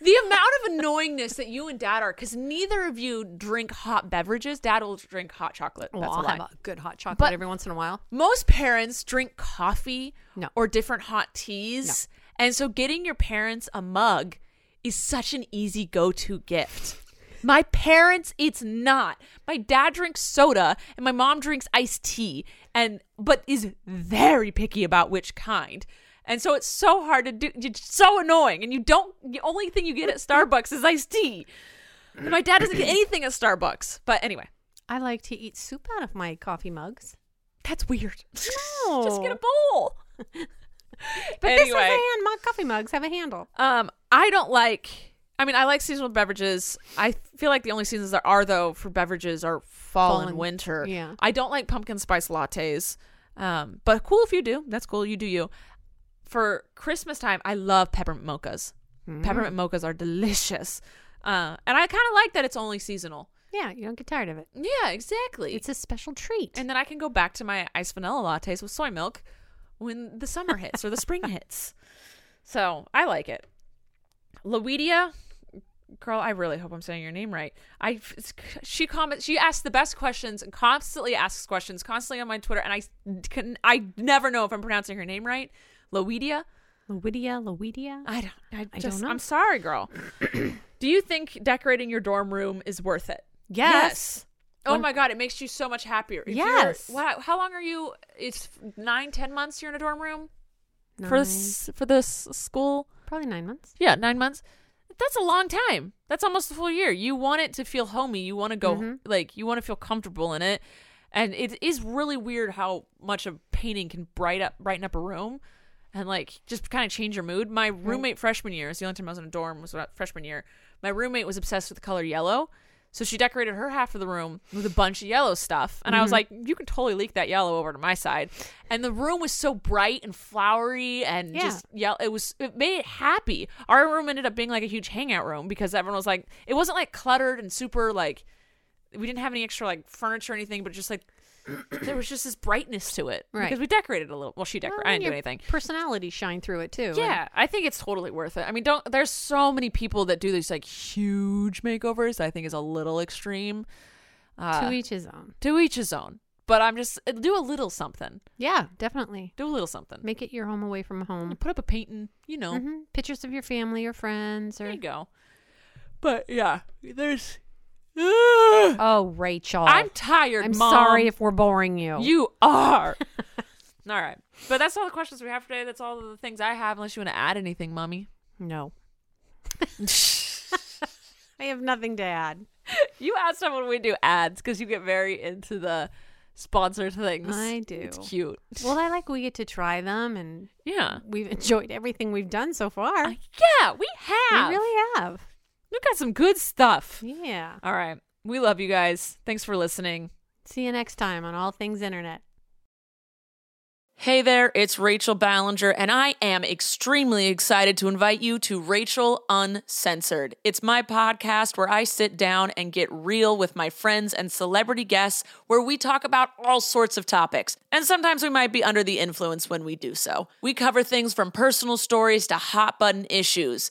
Speaker 2: the amount of annoyingness that you and Dad are, because neither of you drink hot beverages. Dad will drink hot chocolate.
Speaker 3: Well,
Speaker 2: That's a
Speaker 3: I'll
Speaker 2: lie.
Speaker 3: have a good hot chocolate
Speaker 2: But-
Speaker 3: every once in a while.
Speaker 2: most parents drink coffee
Speaker 3: No.
Speaker 2: or different hot teas. And so getting your parents a mug is such an easy go to gift. My parents, it's not. My dad drinks soda and my mom drinks iced tea and but is very picky about which kind. And so it's so hard to do it's so annoying. And you don't the only thing you get at Starbucks is iced tea. And my dad doesn't get anything at Starbucks. But anyway.
Speaker 3: I like to eat soup out of my coffee mugs.
Speaker 2: That's weird. <laughs> Just get a
Speaker 3: No.
Speaker 2: bowl.
Speaker 3: But this is a
Speaker 2: anyway,
Speaker 3: hand. My coffee mugs have a handle.
Speaker 2: um, I don't like. I mean, I like seasonal beverages. I feel like the only seasons there are though for beverages are fall,
Speaker 3: Fall
Speaker 2: and
Speaker 3: and-
Speaker 2: winter.
Speaker 3: yeah.
Speaker 2: I don't like pumpkin spice lattes. Um, but cool if you do. That's cool. You do you. For Christmas time, I love peppermint mochas. Peppermint mochas are delicious. Uh, and I kind of like that it's only seasonal.
Speaker 3: Yeah, you don't get tired of it.
Speaker 2: Yeah, exactly.
Speaker 3: It's a special treat.
Speaker 2: And then I can go back to my iced vanilla lattes with soy milk when the summer hits or the <laughs> spring hits. So I like it. Luidia, girl, I really hope I'm saying your name right. I it's- she comments, she asks the best questions and constantly asks questions constantly on my Twitter, and I can I never know if I'm pronouncing her name right. Luidia,
Speaker 3: Lowidia, Lowidia.
Speaker 2: I don't. I,
Speaker 3: I
Speaker 2: just.
Speaker 3: don't know.
Speaker 2: I'm sorry, <clears throat> girl. Do you think decorating your dorm room is worth it?
Speaker 3: Yes.
Speaker 2: Oh
Speaker 3: One-
Speaker 2: my god, it makes you so much happier. If you're-
Speaker 3: Yes.
Speaker 2: Wow. How long are you? It's nine, ten months. You're in a dorm room for this for this school.
Speaker 3: probably nine months.
Speaker 2: Yeah, nine months. That's a long time. That's almost a full year. You want it to feel homey. You want to go like you want to feel comfortable in it. And it is really weird how much a painting can bright up brighten up a room and like just kind of change your mood. My roommate freshman year, it's the only time I was in a dorm was about freshman year. My roommate was obsessed with the color yellow. So she decorated her half of the room with a bunch of yellow stuff. And I was like, you can totally leak that yellow over to my side. And the room was so bright and flowery and
Speaker 3: Yeah.
Speaker 2: just yeah, it was it made it happy. Our room ended up being like a huge hangout room because everyone was like it wasn't like cluttered and super like we didn't have any extra like furniture or anything, but just <clears throat> like there was just this brightness to it.
Speaker 3: Right.
Speaker 2: Because we decorated a little well she decorated
Speaker 3: Well,
Speaker 2: I
Speaker 3: and
Speaker 2: didn't do
Speaker 3: your
Speaker 2: anything.
Speaker 3: Personality shine through it too. and-
Speaker 2: Yeah, I think it's totally worth it. I mean, don't there's so many people that do these like huge makeovers. that I think is a little extreme. Uh,
Speaker 3: to
Speaker 2: to, each-
Speaker 3: each his own.
Speaker 2: his own. But I'm just uh, do a little something.
Speaker 3: Yeah, definitely.
Speaker 2: Do a little something. Mm-hmm.
Speaker 3: Make it your home away from home.
Speaker 2: Put up a painting. You know.
Speaker 3: hmm Pictures of your family or friends
Speaker 2: There
Speaker 3: or
Speaker 2: you go. But yeah, <sighs> there's.
Speaker 3: Oh, Rachel.
Speaker 2: I'm tired.
Speaker 3: I'm
Speaker 2: Mom.
Speaker 3: sorry if we're boring you.
Speaker 2: you <laughs> are. all right, but that's all the questions we have today. That's all of the things I have. Unless you want to add anything, mommy. <laughs>
Speaker 3: No. I have nothing to add.
Speaker 2: You asked them when we do ads because you get very into the sponsor things.
Speaker 3: I do.
Speaker 2: It's cute.
Speaker 3: Well, I like we get to try them and
Speaker 2: Yeah.
Speaker 3: we've enjoyed everything we've done so far.
Speaker 2: Uh, yeah, we have.
Speaker 3: We really have.
Speaker 2: We've got some good stuff.
Speaker 3: Yeah.
Speaker 2: All right. We love you guys. Thanks for listening.
Speaker 3: See you next time on All Things Internet.
Speaker 2: Hey there, it's Rachel Ballinger, and I am extremely excited to invite you to Rachel Uncensored. It's my podcast where I sit down and get real with my friends and celebrity guests, where we talk about all sorts of topics. And sometimes we might be under the influence when we do so. We cover things from personal stories to hot button issues.